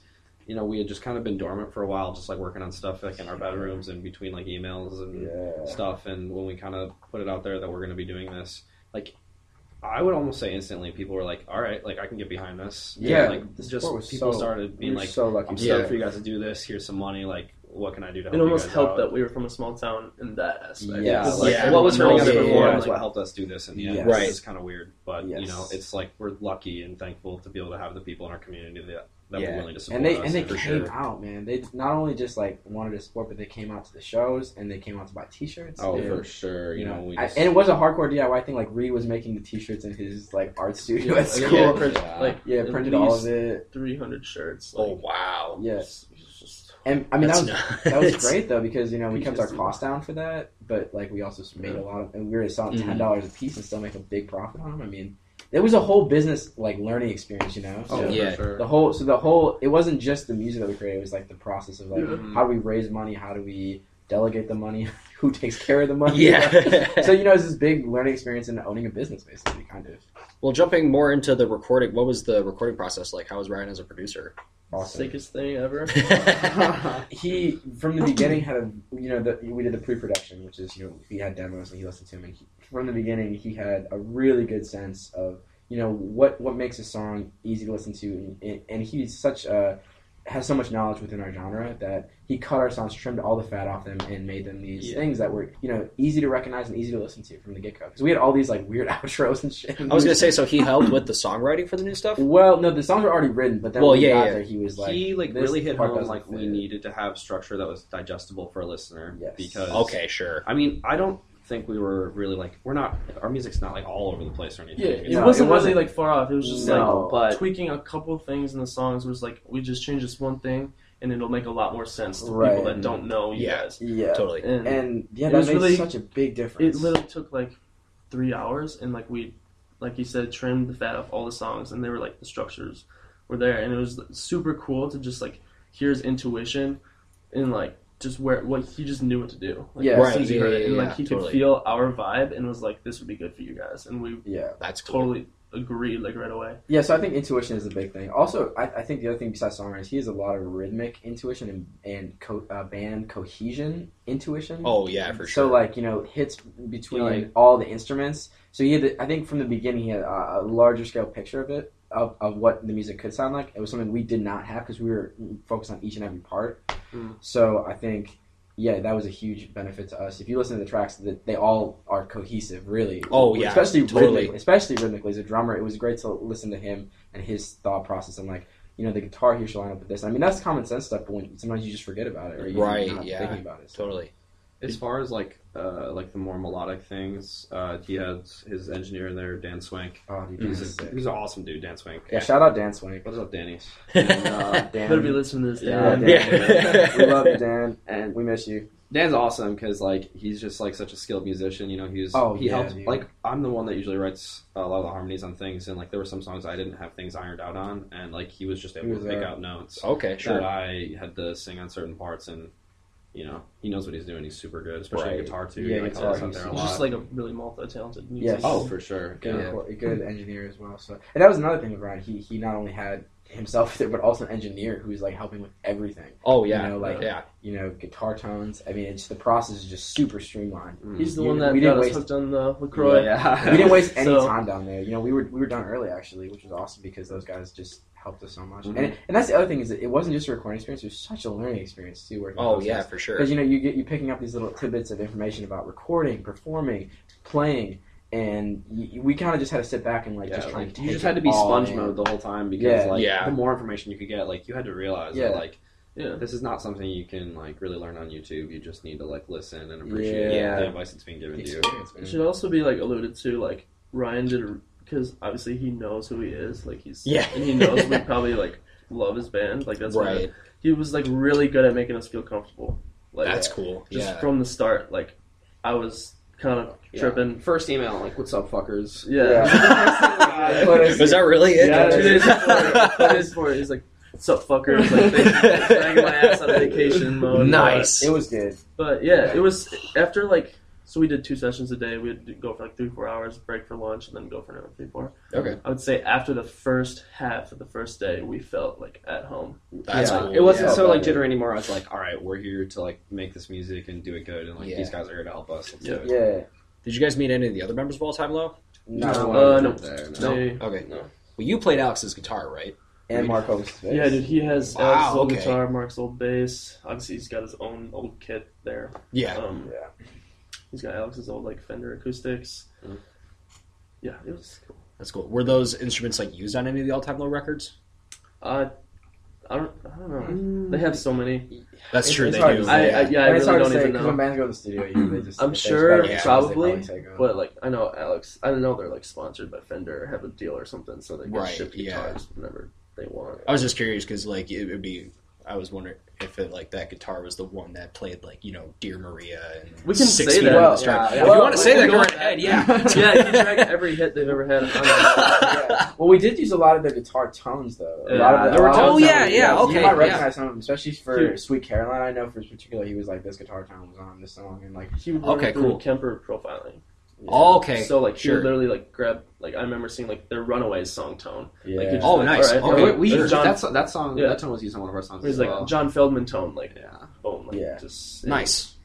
Speaker 5: you know we had just kind of been dormant for a while, just like working on stuff like in our bedrooms and between like emails and
Speaker 4: yeah,
Speaker 5: stuff. And when we kind of put it out there that we're going to be doing this, like I would almost say instantly, people were like, "All right, like I can get behind this." And,
Speaker 4: Yeah,
Speaker 5: like
Speaker 4: the
Speaker 5: just
Speaker 4: support was
Speaker 5: people
Speaker 4: so-
Speaker 5: started
Speaker 4: we
Speaker 5: being
Speaker 4: were
Speaker 5: like,
Speaker 4: so lucky.
Speaker 5: "I'm
Speaker 6: Yeah.
Speaker 5: stoked for you guys to do this. Here's some money. Like what can I do to help
Speaker 3: It
Speaker 5: you
Speaker 3: almost
Speaker 5: guys
Speaker 3: helped
Speaker 5: out?
Speaker 3: that we were from a small town in that aspect.
Speaker 4: Yeah,
Speaker 3: Because,
Speaker 5: like,
Speaker 6: Yeah.
Speaker 5: what was hurting
Speaker 4: Yeah,
Speaker 5: us
Speaker 4: yeah,
Speaker 5: before
Speaker 4: yeah.
Speaker 5: is what helped us do this in the end.
Speaker 4: Yes.
Speaker 6: Right.
Speaker 5: It's kind of weird, but you
Speaker 4: Yes.
Speaker 5: know, it's like we're lucky and thankful to be able to have the people in our community that, that
Speaker 6: Yeah.
Speaker 5: were willing to support
Speaker 4: and they
Speaker 5: us
Speaker 4: and they
Speaker 5: for
Speaker 4: came
Speaker 5: sure.
Speaker 4: out, man. They not only just like wanted to support, but they came out to the shows and they came out to buy T-shirts.
Speaker 5: Oh,
Speaker 4: and,
Speaker 5: for sure. You know, we
Speaker 4: I-
Speaker 5: just,
Speaker 4: and it was a hardcore DIY thing. Like Reed was making the T-shirts in his like art studio at
Speaker 3: Yeah,
Speaker 4: school.
Speaker 3: yeah,
Speaker 4: (laughs) Yeah,
Speaker 3: print-
Speaker 5: Yeah.
Speaker 3: Like at
Speaker 4: printed all of
Speaker 3: least
Speaker 4: it.
Speaker 3: 300 shirts.
Speaker 5: oh
Speaker 3: Like,
Speaker 5: wow.
Speaker 4: Yes,
Speaker 3: it's just-
Speaker 4: and I mean that
Speaker 6: That's
Speaker 4: was
Speaker 6: nuts.
Speaker 4: that
Speaker 6: (laughs)
Speaker 4: was great though because you know we kept our
Speaker 3: Interesting.
Speaker 4: costs down for that, but like we also made a lot of and we were selling
Speaker 5: Mm-hmm.
Speaker 4: ten dollars a piece and still make a big profit on them. I mean, it was a whole business like learning experience, you know. So
Speaker 5: Oh,
Speaker 6: Yeah.
Speaker 5: for sure.
Speaker 4: the whole so the whole it wasn't just the music that we created; it was like the process of like
Speaker 5: Mhm.
Speaker 4: how do we raise money, how do we delegate the money, (laughs) who takes care of the money.
Speaker 6: Yeah.
Speaker 4: (laughs)
Speaker 6: (laughs)
Speaker 4: so you know, it's this big learning experience in owning a business, basically, kind of.
Speaker 6: Well, jumping more into the recording, what was the recording process like? How was Ryan as a producer?
Speaker 4: Awesome.
Speaker 3: sickest thing
Speaker 6: (laughs)
Speaker 3: ever.
Speaker 4: he from the beginning had a you know the, we did the pre-production which is you know he had demos and he listened to them and he, from the beginning he had a really good sense of you know what what makes a song easy to listen to and, and, and he's such a has so much knowledge within our genre that he cut our songs trimmed all the fat off them and made them these
Speaker 5: Yeah.
Speaker 4: things that were you know easy to recognize and easy to listen to from the get-go because we had all these like weird (laughs) outros and shit
Speaker 6: I was gonna say, so he helped with the songwriting for the new stuff.
Speaker 4: well no the songs were already written but then
Speaker 6: Well,
Speaker 4: when we
Speaker 6: yeah,
Speaker 4: got
Speaker 6: yeah.
Speaker 4: there he was like
Speaker 5: he like
Speaker 4: this
Speaker 5: really hit
Speaker 4: part
Speaker 5: home
Speaker 4: doesn't
Speaker 5: like we
Speaker 4: fit.
Speaker 5: needed to have structure that was digestible for a listener
Speaker 4: Yes.
Speaker 5: because
Speaker 6: Okay, sure.
Speaker 5: I mean, I don't think we were really like we're not our music's not like all over the place or anything.
Speaker 3: Yeah,
Speaker 5: It's
Speaker 3: it
Speaker 4: No,
Speaker 5: not-
Speaker 3: wasn't
Speaker 4: it wasn't.
Speaker 3: really like far off. It was just
Speaker 4: No,
Speaker 3: like
Speaker 5: but-
Speaker 3: tweaking a couple things in the songs was like we just change this one thing and it'll make a lot more sense to
Speaker 4: Right.
Speaker 3: people that don't know you
Speaker 6: Yeah.
Speaker 3: guys.
Speaker 4: yeah
Speaker 6: Totally.
Speaker 3: And,
Speaker 4: and yeah,
Speaker 3: It
Speaker 4: that
Speaker 3: was
Speaker 4: made
Speaker 3: really-
Speaker 4: such a big
Speaker 3: it
Speaker 4: difference.
Speaker 3: literally took like three hours and like we like you said, trimmed the fat off all the songs and they were like the structures were there and it was super cool to just like hear his intuition and like just where what he just knew what to do. Like,
Speaker 4: Yeah.
Speaker 3: as
Speaker 4: Right,
Speaker 3: soon as he
Speaker 6: yeah,
Speaker 3: heard it,
Speaker 6: yeah,
Speaker 3: and
Speaker 6: yeah,
Speaker 3: like he
Speaker 6: totally.
Speaker 3: could feel our vibe and was like, This would be good for you guys and we
Speaker 4: yeah,
Speaker 6: That's cool.
Speaker 3: totally agreed like right away.
Speaker 4: yeah. So I think intuition is a big thing. Also, I, I think the other thing besides songwriting, he has a lot of rhythmic intuition and and co- uh, band cohesion intuition.
Speaker 6: Oh yeah, for
Speaker 4: So
Speaker 6: sure.
Speaker 4: like you know hits between
Speaker 5: Like-
Speaker 4: all the instruments. So he had, the, I think from the beginning he had a, a larger scale picture of it of, of what the music could sound like. It was something we did not have because we were focused on each and every part.
Speaker 6: Hmm.
Speaker 3: Mm.
Speaker 4: So I think yeah, that was a huge benefit to us. If you listen to the tracks, that they all are cohesive, really.
Speaker 6: Oh, yeah,
Speaker 4: especially
Speaker 6: totally.
Speaker 4: rhythmically, especially rhythmically as a drummer. It was great to listen to him and his thought process and like. You know the guitar here should line up with this. I mean that's common sense stuff, but when sometimes you just forget about it or you're
Speaker 6: Right,
Speaker 4: not
Speaker 6: yeah.
Speaker 4: thinking about it. So-
Speaker 6: totally.
Speaker 5: as far as like uh, like the more melodic things, uh, he had his engineer in there, Dan Swank.
Speaker 4: Oh, dude,
Speaker 6: Mm-hmm.
Speaker 5: He's,
Speaker 4: this is
Speaker 5: a,
Speaker 4: sick.
Speaker 5: he's an awesome dude, Dan Swank.
Speaker 4: Yeah, shout out Dan Swank.
Speaker 5: What up, Danny?
Speaker 4: And, uh, Dan.
Speaker 3: Better be listening to this.
Speaker 4: Yeah,
Speaker 3: Dan.
Speaker 4: Dan.
Speaker 6: Yeah.
Speaker 4: we love you, Dan.
Speaker 5: And
Speaker 4: We miss you.
Speaker 5: Dan's awesome because like he's just like such a skilled musician. You know, he was
Speaker 4: Oh,
Speaker 5: he
Speaker 4: yeah,
Speaker 5: helped.
Speaker 4: dude.
Speaker 5: Like I'm the one that usually writes a lot of the harmonies on things, and like there were some songs I didn't have things ironed out on, and like he was just able
Speaker 4: He was uh, oh,
Speaker 5: to pick
Speaker 4: there.
Speaker 5: out notes.
Speaker 6: Okay, sure.
Speaker 5: that I had to sing on certain parts, and you know he knows what he's doing. He's super good, especially
Speaker 6: Right.
Speaker 5: guitar too.
Speaker 4: Yeah,
Speaker 5: he, like,
Speaker 4: guitar,
Speaker 5: helps out
Speaker 4: he's
Speaker 5: there a
Speaker 3: He's
Speaker 5: lot.
Speaker 3: just like a really multi-talented
Speaker 4: Yes.
Speaker 3: musician.
Speaker 5: oh, for sure.
Speaker 4: Good,
Speaker 5: Yeah.
Speaker 4: record- good engineer as well. So, and that was another thing with Ryan. He he not only had himself there, but also an engineer who's like helping with everything.
Speaker 6: Oh yeah,
Speaker 4: You know, like-
Speaker 6: yeah.
Speaker 4: You know, guitar tones. I mean, it's the process is just super streamlined.
Speaker 5: Mm.
Speaker 3: He's the
Speaker 4: You-
Speaker 3: one that
Speaker 4: we
Speaker 3: got
Speaker 4: didn't
Speaker 3: us
Speaker 4: waste-
Speaker 3: hooked on the Lacroix.
Speaker 4: (laughs)
Speaker 5: Yeah.
Speaker 4: We
Speaker 3: (laughs)
Speaker 4: didn't waste any
Speaker 3: So-
Speaker 4: time down there. You know, we were we were done early actually, which was awesome because those guys just helped us so much. And and that's the other thing is that it wasn't just a recording experience; it was such a learning experience too. Working with
Speaker 6: Oh
Speaker 4: those
Speaker 6: yeah,
Speaker 4: guys.
Speaker 6: for sure.
Speaker 4: because you know you get you picking up these little tidbits of information about recording, performing, playing, and y we kind of just had to sit back and like
Speaker 5: Yeah,
Speaker 4: just try
Speaker 5: like,
Speaker 4: and take
Speaker 5: you just had to be
Speaker 4: it all
Speaker 5: sponge
Speaker 4: in.
Speaker 5: mode the whole time because
Speaker 4: Yeah.
Speaker 5: like
Speaker 6: Yeah.
Speaker 5: the more information you could get, like you had to realize
Speaker 4: Yeah.
Speaker 5: that like
Speaker 3: Yeah.
Speaker 5: this is not something you can like really learn on YouTube. You just need to like listen and appreciate
Speaker 4: Yeah.
Speaker 5: the advice that's being given to you.
Speaker 4: Experience, man.
Speaker 3: It should also be like alluded to, like Ryan did, because obviously he knows who he is. Like he's
Speaker 6: Yeah.
Speaker 3: and he knows we probably like love his band. Like that's why
Speaker 6: right.
Speaker 3: he was like really good at making us feel comfortable. Like
Speaker 6: That's cool.
Speaker 3: just
Speaker 6: Yeah.
Speaker 3: from the start. Like I was kind of
Speaker 5: Yeah.
Speaker 3: tripping.
Speaker 5: First email, like what's up, fuckers?
Speaker 3: Yeah. (laughs)
Speaker 4: Yeah. (laughs) But it's-
Speaker 6: Was that really it?
Speaker 3: Yeah,
Speaker 4: Yeah,
Speaker 3: two
Speaker 4: it
Speaker 3: days
Speaker 4: is.
Speaker 3: before, two days before, he's like, "What's up, fucker?" It's Like, they dragged my ass on vacation mode.
Speaker 6: Nice.
Speaker 4: It was good.
Speaker 3: But yeah, it was after like so we did two sessions a day. We'd go for like three four hours, break for lunch, and then go for another three four.
Speaker 6: Okay,
Speaker 3: I would say after the first half of the first day, we felt like at home.
Speaker 6: that's
Speaker 4: Yeah.
Speaker 6: cool.
Speaker 5: It wasn't
Speaker 4: Yeah.
Speaker 5: so like jittery anymore. I was like, all right, we're here to like make this music and do it good, and like
Speaker 6: Yeah.
Speaker 5: these guys are here to help us. Let's
Speaker 3: Yeah.
Speaker 5: do it.
Speaker 4: Yeah.
Speaker 6: Did you guys meet any of the other members of All Time Low?
Speaker 4: No.
Speaker 3: Uh, no.
Speaker 5: There, no.
Speaker 3: They-
Speaker 6: Okay.
Speaker 5: No.
Speaker 6: Well, you played Alex's guitar, right?
Speaker 4: and Mark Hovis.
Speaker 3: Yeah, dude, he has
Speaker 6: Wow,
Speaker 3: Alex's old
Speaker 6: okay.
Speaker 3: guitar, Mark's old bass. Obviously, he's got his own old kit there.
Speaker 6: Yeah.
Speaker 3: Um,
Speaker 4: Yeah. Mm-hmm.
Speaker 3: He's got Alex's old like Fender acoustics.
Speaker 5: Mm.
Speaker 3: Yeah, it was cool.
Speaker 6: That's cool. Were those instruments like used on any of the all time low records?
Speaker 3: Uh, I don't, I don't know. They have so many.
Speaker 6: That's
Speaker 4: It's-
Speaker 6: true.
Speaker 4: it's
Speaker 6: they
Speaker 4: hard to
Speaker 6: do.
Speaker 4: say.
Speaker 3: I- I- yeah, I
Speaker 4: But it's
Speaker 3: really
Speaker 4: hard to
Speaker 3: don't
Speaker 4: say,
Speaker 3: even
Speaker 4: 'cause
Speaker 3: know.
Speaker 4: when bands go to the studio, you, they (clears throat) just
Speaker 3: I'm
Speaker 4: there's
Speaker 3: sure
Speaker 4: better options they
Speaker 3: probably,
Speaker 4: take on.
Speaker 3: But like, I know Alex. I know they're like sponsored by Fender, or have a deal or something, so they can
Speaker 6: Right,
Speaker 3: ship
Speaker 6: yeah.
Speaker 3: guitars whenever they want.
Speaker 6: I was just curious because like it would be. I was wondering if it like that guitar was the one that played like you know Dear Maria and
Speaker 3: We can
Speaker 6: Six
Speaker 3: say
Speaker 6: Feet
Speaker 3: that.
Speaker 6: Under
Speaker 4: Well,
Speaker 6: the Stars.
Speaker 4: yeah, yeah.
Speaker 6: If
Speaker 4: Well,
Speaker 6: you want to
Speaker 4: we
Speaker 6: say
Speaker 3: can
Speaker 6: that,
Speaker 3: go
Speaker 6: go
Speaker 3: with
Speaker 6: right
Speaker 3: that. (laughs)
Speaker 6: ahead. Yeah.
Speaker 3: yeah, you can track every hit they've ever
Speaker 6: (laughs)
Speaker 3: had. On
Speaker 4: yeah. Well, we did use a lot of their guitar tones, though. A lot
Speaker 3: Yeah,
Speaker 4: of the,
Speaker 3: there were
Speaker 4: a lot of
Speaker 3: tones
Speaker 4: the-
Speaker 3: that we-
Speaker 6: yeah, okay,
Speaker 4: You might
Speaker 6: yeah.
Speaker 4: recognize some of them, especially for
Speaker 3: Dude.
Speaker 4: Sweet Caroline. I know for particular, he was like, "This guitar tone was on this song," and like,
Speaker 3: he would run
Speaker 6: Okay,
Speaker 3: through
Speaker 6: cool.
Speaker 3: Kemper profiling.
Speaker 6: Okay.
Speaker 3: So like,
Speaker 6: sure.
Speaker 3: he would literally like grab. Like I remember seeing like their Runaways song tone.
Speaker 4: yeah,
Speaker 3: Like, you just
Speaker 6: Oh,
Speaker 3: like,
Speaker 6: nice.
Speaker 3: all
Speaker 6: Okay.
Speaker 3: yeah,
Speaker 5: we,
Speaker 3: there's John,
Speaker 5: that, so- that song,
Speaker 3: Yeah.
Speaker 5: that tone was used on one of our songs.
Speaker 3: he's
Speaker 5: as
Speaker 3: like
Speaker 5: well.
Speaker 3: John Feldman tone, like
Speaker 5: yeah.
Speaker 3: boom, like
Speaker 4: Yeah.
Speaker 3: just
Speaker 6: Nice.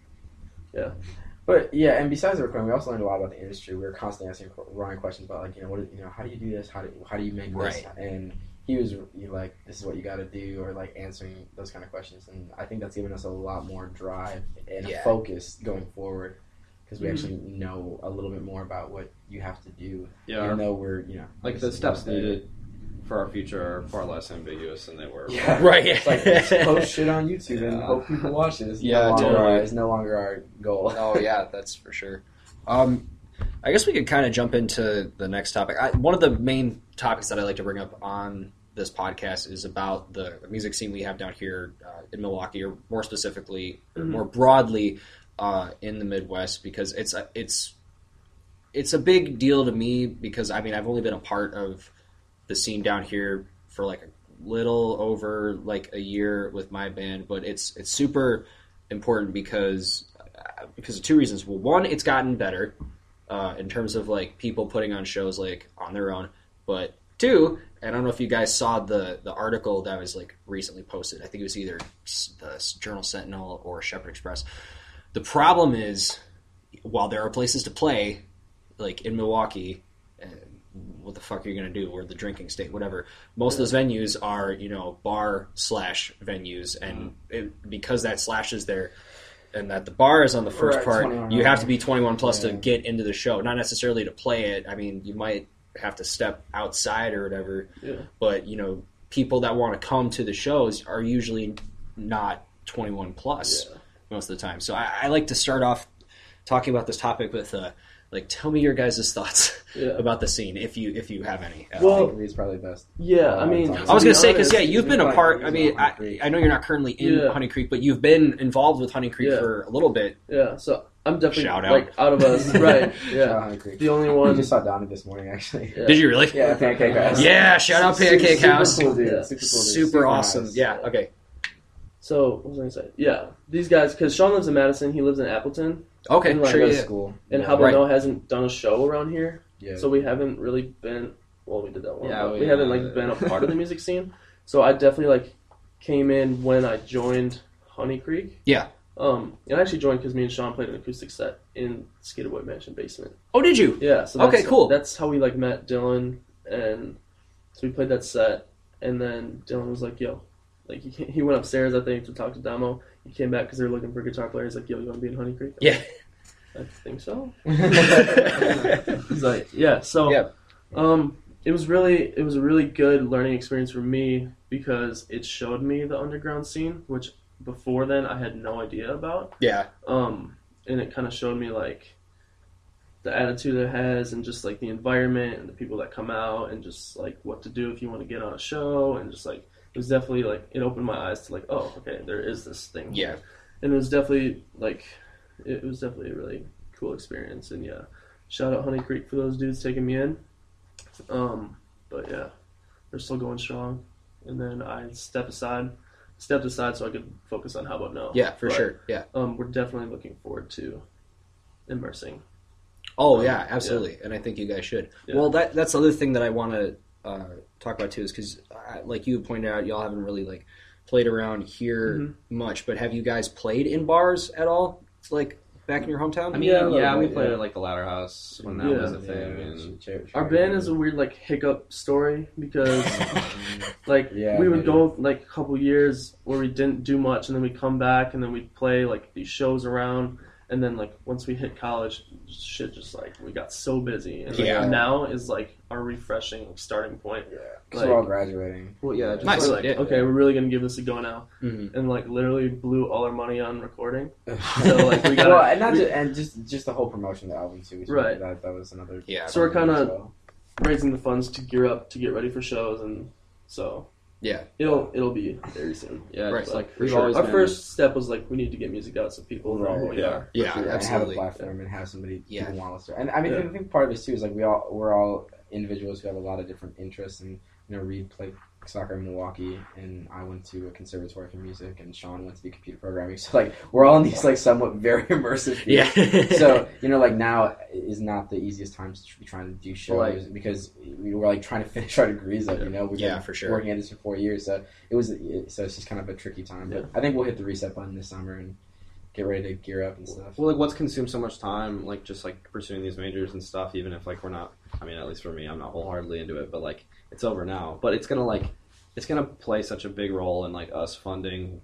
Speaker 4: But yeah, and besides the recording, we also learned a lot about the industry. We were constantly asking qu- Ryan questions about like, you know, what, you know, how do you do this? How do how do you make this?
Speaker 6: Right.
Speaker 4: And he was he like, this is what you got to do, or like answering those kind of questions. And I think that's given us a lot more drive and
Speaker 6: Yeah.
Speaker 4: focus going forward because we
Speaker 3: Mhm.
Speaker 4: actually know a little bit more about what you have to do,
Speaker 5: Yeah,
Speaker 4: even
Speaker 5: our-
Speaker 4: though we're you know
Speaker 5: like the
Speaker 4: this is
Speaker 5: steps
Speaker 4: not there.
Speaker 5: needed for our future are far less ambiguous than they were.
Speaker 4: Yeah.
Speaker 6: Right.
Speaker 4: It's like post shit on YouTube and
Speaker 5: Yeah.
Speaker 4: hope people watch it. It's
Speaker 6: Yeah,
Speaker 4: no longer
Speaker 5: totally.
Speaker 4: our, it's no longer our goal. (laughs)
Speaker 6: oh yeah, that's for sure. Um, I guess we could kind of jump into the next topic. I, one of the main topics that I like to bring up on this podcast is about the, the music scene we have down here uh, in Milwaukee, or more specifically, or more broadly, uh, in the Midwest, because it's a, it's it's a big deal to me because I mean I've only been a part of the scene down here for like a little over like a year with my band, but it's it's super important because uh, because of two reasons. Well, one, it's gotten better uh, in terms of like people putting on shows like on their own. But two, and I don't know if you guys saw the the article that was like recently posted. I think it was either s- the Journal Sentinel or Shepherd Express. The problem is, while there are places to play, like in Milwaukee, and what the fuck are you going to do? We're the drinking state, whatever. Most of those venues are, you know, bar slash venues,
Speaker 4: Mm.
Speaker 6: and it, because that slash is there, and that the bar is on the first
Speaker 4: Right,
Speaker 6: part,
Speaker 4: 21
Speaker 6: you have to be 21 plus to
Speaker 4: Yeah.
Speaker 6: get into the show, not necessarily to play it. I mean, you might have to step outside or whatever,
Speaker 3: Yeah.
Speaker 6: but you know, people that want to come to the shows are usually not 21 plus
Speaker 3: Yeah.
Speaker 6: most of the time. So I, I like to start off talking about this topic with uh, like tell me your guys' thoughts
Speaker 3: Yeah.
Speaker 6: about the scene if you if you have any. at
Speaker 4: I
Speaker 6: all.
Speaker 3: Well,
Speaker 4: think Lee's probably best.
Speaker 3: Yeah, I mean,
Speaker 4: I
Speaker 6: I was
Speaker 3: to be
Speaker 6: gonna say because yeah,
Speaker 3: honest,
Speaker 6: you've been a
Speaker 4: like,
Speaker 6: part.
Speaker 4: he's
Speaker 6: I
Speaker 4: not
Speaker 6: mean,
Speaker 4: Honey
Speaker 6: I,
Speaker 4: Creek.
Speaker 6: I know you're not currently in
Speaker 3: Yeah.
Speaker 6: Honey Creek, but you've been involved with Honey Creek
Speaker 3: Yeah.
Speaker 6: for a little bit.
Speaker 3: Yeah, so I'm definitely
Speaker 6: Shout out.
Speaker 3: like out of
Speaker 6: (laughs)
Speaker 3: us, right?
Speaker 4: Shout
Speaker 3: Yeah,
Speaker 4: out Honey Creek.
Speaker 3: the only
Speaker 4: We
Speaker 3: one.
Speaker 4: just saw Donna this morning, actually.
Speaker 3: Yeah.
Speaker 6: Did you really?
Speaker 4: Yeah, Pancake House.
Speaker 6: Yeah, shout out
Speaker 4: Super-
Speaker 6: Pancake House.
Speaker 4: Super cool dude.
Speaker 3: Yeah.
Speaker 4: Super, cool dude.
Speaker 6: Super, awesome.
Speaker 4: nice.
Speaker 6: Yeah. Okay.
Speaker 3: So what was I gonna say? Yeah, these guys because Sean lives in Madison, he lives in Appleton,
Speaker 6: Okay.
Speaker 3: And, like,
Speaker 6: sure.
Speaker 4: Go to
Speaker 6: yeah.
Speaker 4: school.
Speaker 3: and
Speaker 4: yeah.
Speaker 3: Habano
Speaker 6: Right.
Speaker 3: hasn't done a show around here,
Speaker 4: Yeah.
Speaker 3: so we haven't really been. Well, we did that one.
Speaker 5: Yeah,
Speaker 3: but we,
Speaker 5: we-
Speaker 3: haven't like been a part of the music scene. So I definitely like came in when I joined Honey Creek.
Speaker 6: Yeah.
Speaker 3: Um, and I actually joined because me and Sean played an acoustic set in Skaterboy Mansion basement.
Speaker 6: Oh, did you?
Speaker 3: Yeah. So that's,
Speaker 6: Okay, cool.
Speaker 3: That's how we like met Dylan, and so we played that set, and then Dylan was like, "Yo," like he, he went upstairs I think to talk to Damo. He came back because they were looking for guitar players. Like, "Yo, you want to be in Honey Creek?" I'm
Speaker 6: Yeah.
Speaker 3: like, I think
Speaker 6: (laughs)
Speaker 3: so.
Speaker 6: yeah.
Speaker 3: He's like, "Yeah."
Speaker 5: Oh.
Speaker 3: So
Speaker 6: Yeah.
Speaker 3: um, it was really it was a really good learning experience for me because it showed me the underground scene, which before then I had no idea about um, and it kind of showed me like the attitude it has and just like the environment and the people that come out and just like what to do if you want to get on a show and just like it was definitely like it opened my eyes to like oh okay there is this thing
Speaker 6: Yeah.
Speaker 3: and it was definitely like it was definitely a really cool experience and yeah shout out honey creek for those dudes taking me in um but yeah they're still going strong and then i step aside stepped aside so i could focus on how about now
Speaker 6: Yeah. For
Speaker 3: But-
Speaker 6: sure. Yeah.
Speaker 3: um, we're definitely looking forward to immersing.
Speaker 6: Oh
Speaker 3: Um,
Speaker 6: yeah, absolutely, and I think you guys should.
Speaker 3: Yeah.
Speaker 6: Well, that that's the other thing that I want to uh, talk about too is because, like you pointed out, y'all haven't really like played around here
Speaker 3: Mhm.
Speaker 5: Mm-hmm.
Speaker 6: much, but have you guys played in bars at all? Like back in your hometown?
Speaker 5: I mean,
Speaker 3: Yeah, a
Speaker 5: yeah,
Speaker 3: little
Speaker 5: we
Speaker 4: bit,
Speaker 5: played
Speaker 4: yeah.
Speaker 5: at like the Louder House when that
Speaker 3: Yeah.
Speaker 5: was a
Speaker 4: Yeah,
Speaker 5: thing.
Speaker 4: it's
Speaker 5: and
Speaker 4: cher-
Speaker 3: Our
Speaker 4: cher-
Speaker 3: band is a weird like hiccup story
Speaker 4: (laughs)
Speaker 3: because like
Speaker 4: Yeah,
Speaker 3: we would
Speaker 4: yeah.
Speaker 3: go like a couple years where we didn't do much and then we'd come back and then we'd play like these shows around and then like once we hit college shit just like we got so busy and like,
Speaker 5: Yeah.
Speaker 3: now is like our refreshing like, starting point.
Speaker 4: Yeah, 'cause
Speaker 3: Like,
Speaker 4: we're all graduating.
Speaker 5: well, yeah, just
Speaker 6: Nice.
Speaker 3: we're
Speaker 5: like,
Speaker 3: like, okay, we're really gonna give this a go now,
Speaker 6: Mhm.
Speaker 3: and like literally blew all our money on recording.
Speaker 4: (laughs) so
Speaker 3: like, (laughs) we gotta-
Speaker 4: well, and not
Speaker 3: we-
Speaker 4: ju- and just just the whole promotion of the album too. which
Speaker 3: Right.
Speaker 4: That, that was another.
Speaker 6: Yeah.
Speaker 3: So we're
Speaker 4: another
Speaker 3: kinda-
Speaker 4: as well.
Speaker 3: Raising the funds to gear up to get ready for shows, and so
Speaker 6: Yeah.
Speaker 3: it'll it'll be very soon.
Speaker 5: yeah,
Speaker 6: Right.
Speaker 5: just like
Speaker 3: For
Speaker 5: we've
Speaker 3: sure.
Speaker 5: always
Speaker 3: Our
Speaker 5: been-
Speaker 3: first step was like we need to get music out so people know who
Speaker 4: Right,
Speaker 3: we
Speaker 5: yeah.
Speaker 3: are.
Speaker 6: Yeah,
Speaker 4: Yeah, and have a
Speaker 6: absolutely.
Speaker 4: platform and have somebody
Speaker 6: Yeah.
Speaker 4: people want to start. And I mean,
Speaker 3: Yeah.
Speaker 4: I think part of this too is like we all we're all individuals who have a lot of different interests. And you know, Reed played soccer in Milwaukee, and I went to a conservatory for music, and Sean went to do computer programming. (laughs) So like we're all in these like somewhat very (laughs) immersive fields.
Speaker 5: (laughs)
Speaker 6: Yeah.
Speaker 4: so you know, like now is not the easiest time to tr- be trying to do shows
Speaker 5: Well,
Speaker 4: because we were like trying to (laughs) finish our degrees up. You know, we've
Speaker 6: Yeah,
Speaker 4: been
Speaker 6: for sure.
Speaker 4: working at this for four years, so it was it- so it's just kind of a tricky time. But I think we'll hit the reset button this summer and get ready to gear up and stuff.
Speaker 5: Well, like what's consumed so much time, like just like pursuing these majors and stuff, even if like we're not. I mean, at least for me, I'm not wholeheartedly into it, but like it's over now. But it's gonna like it's gonna play such a big role in like us funding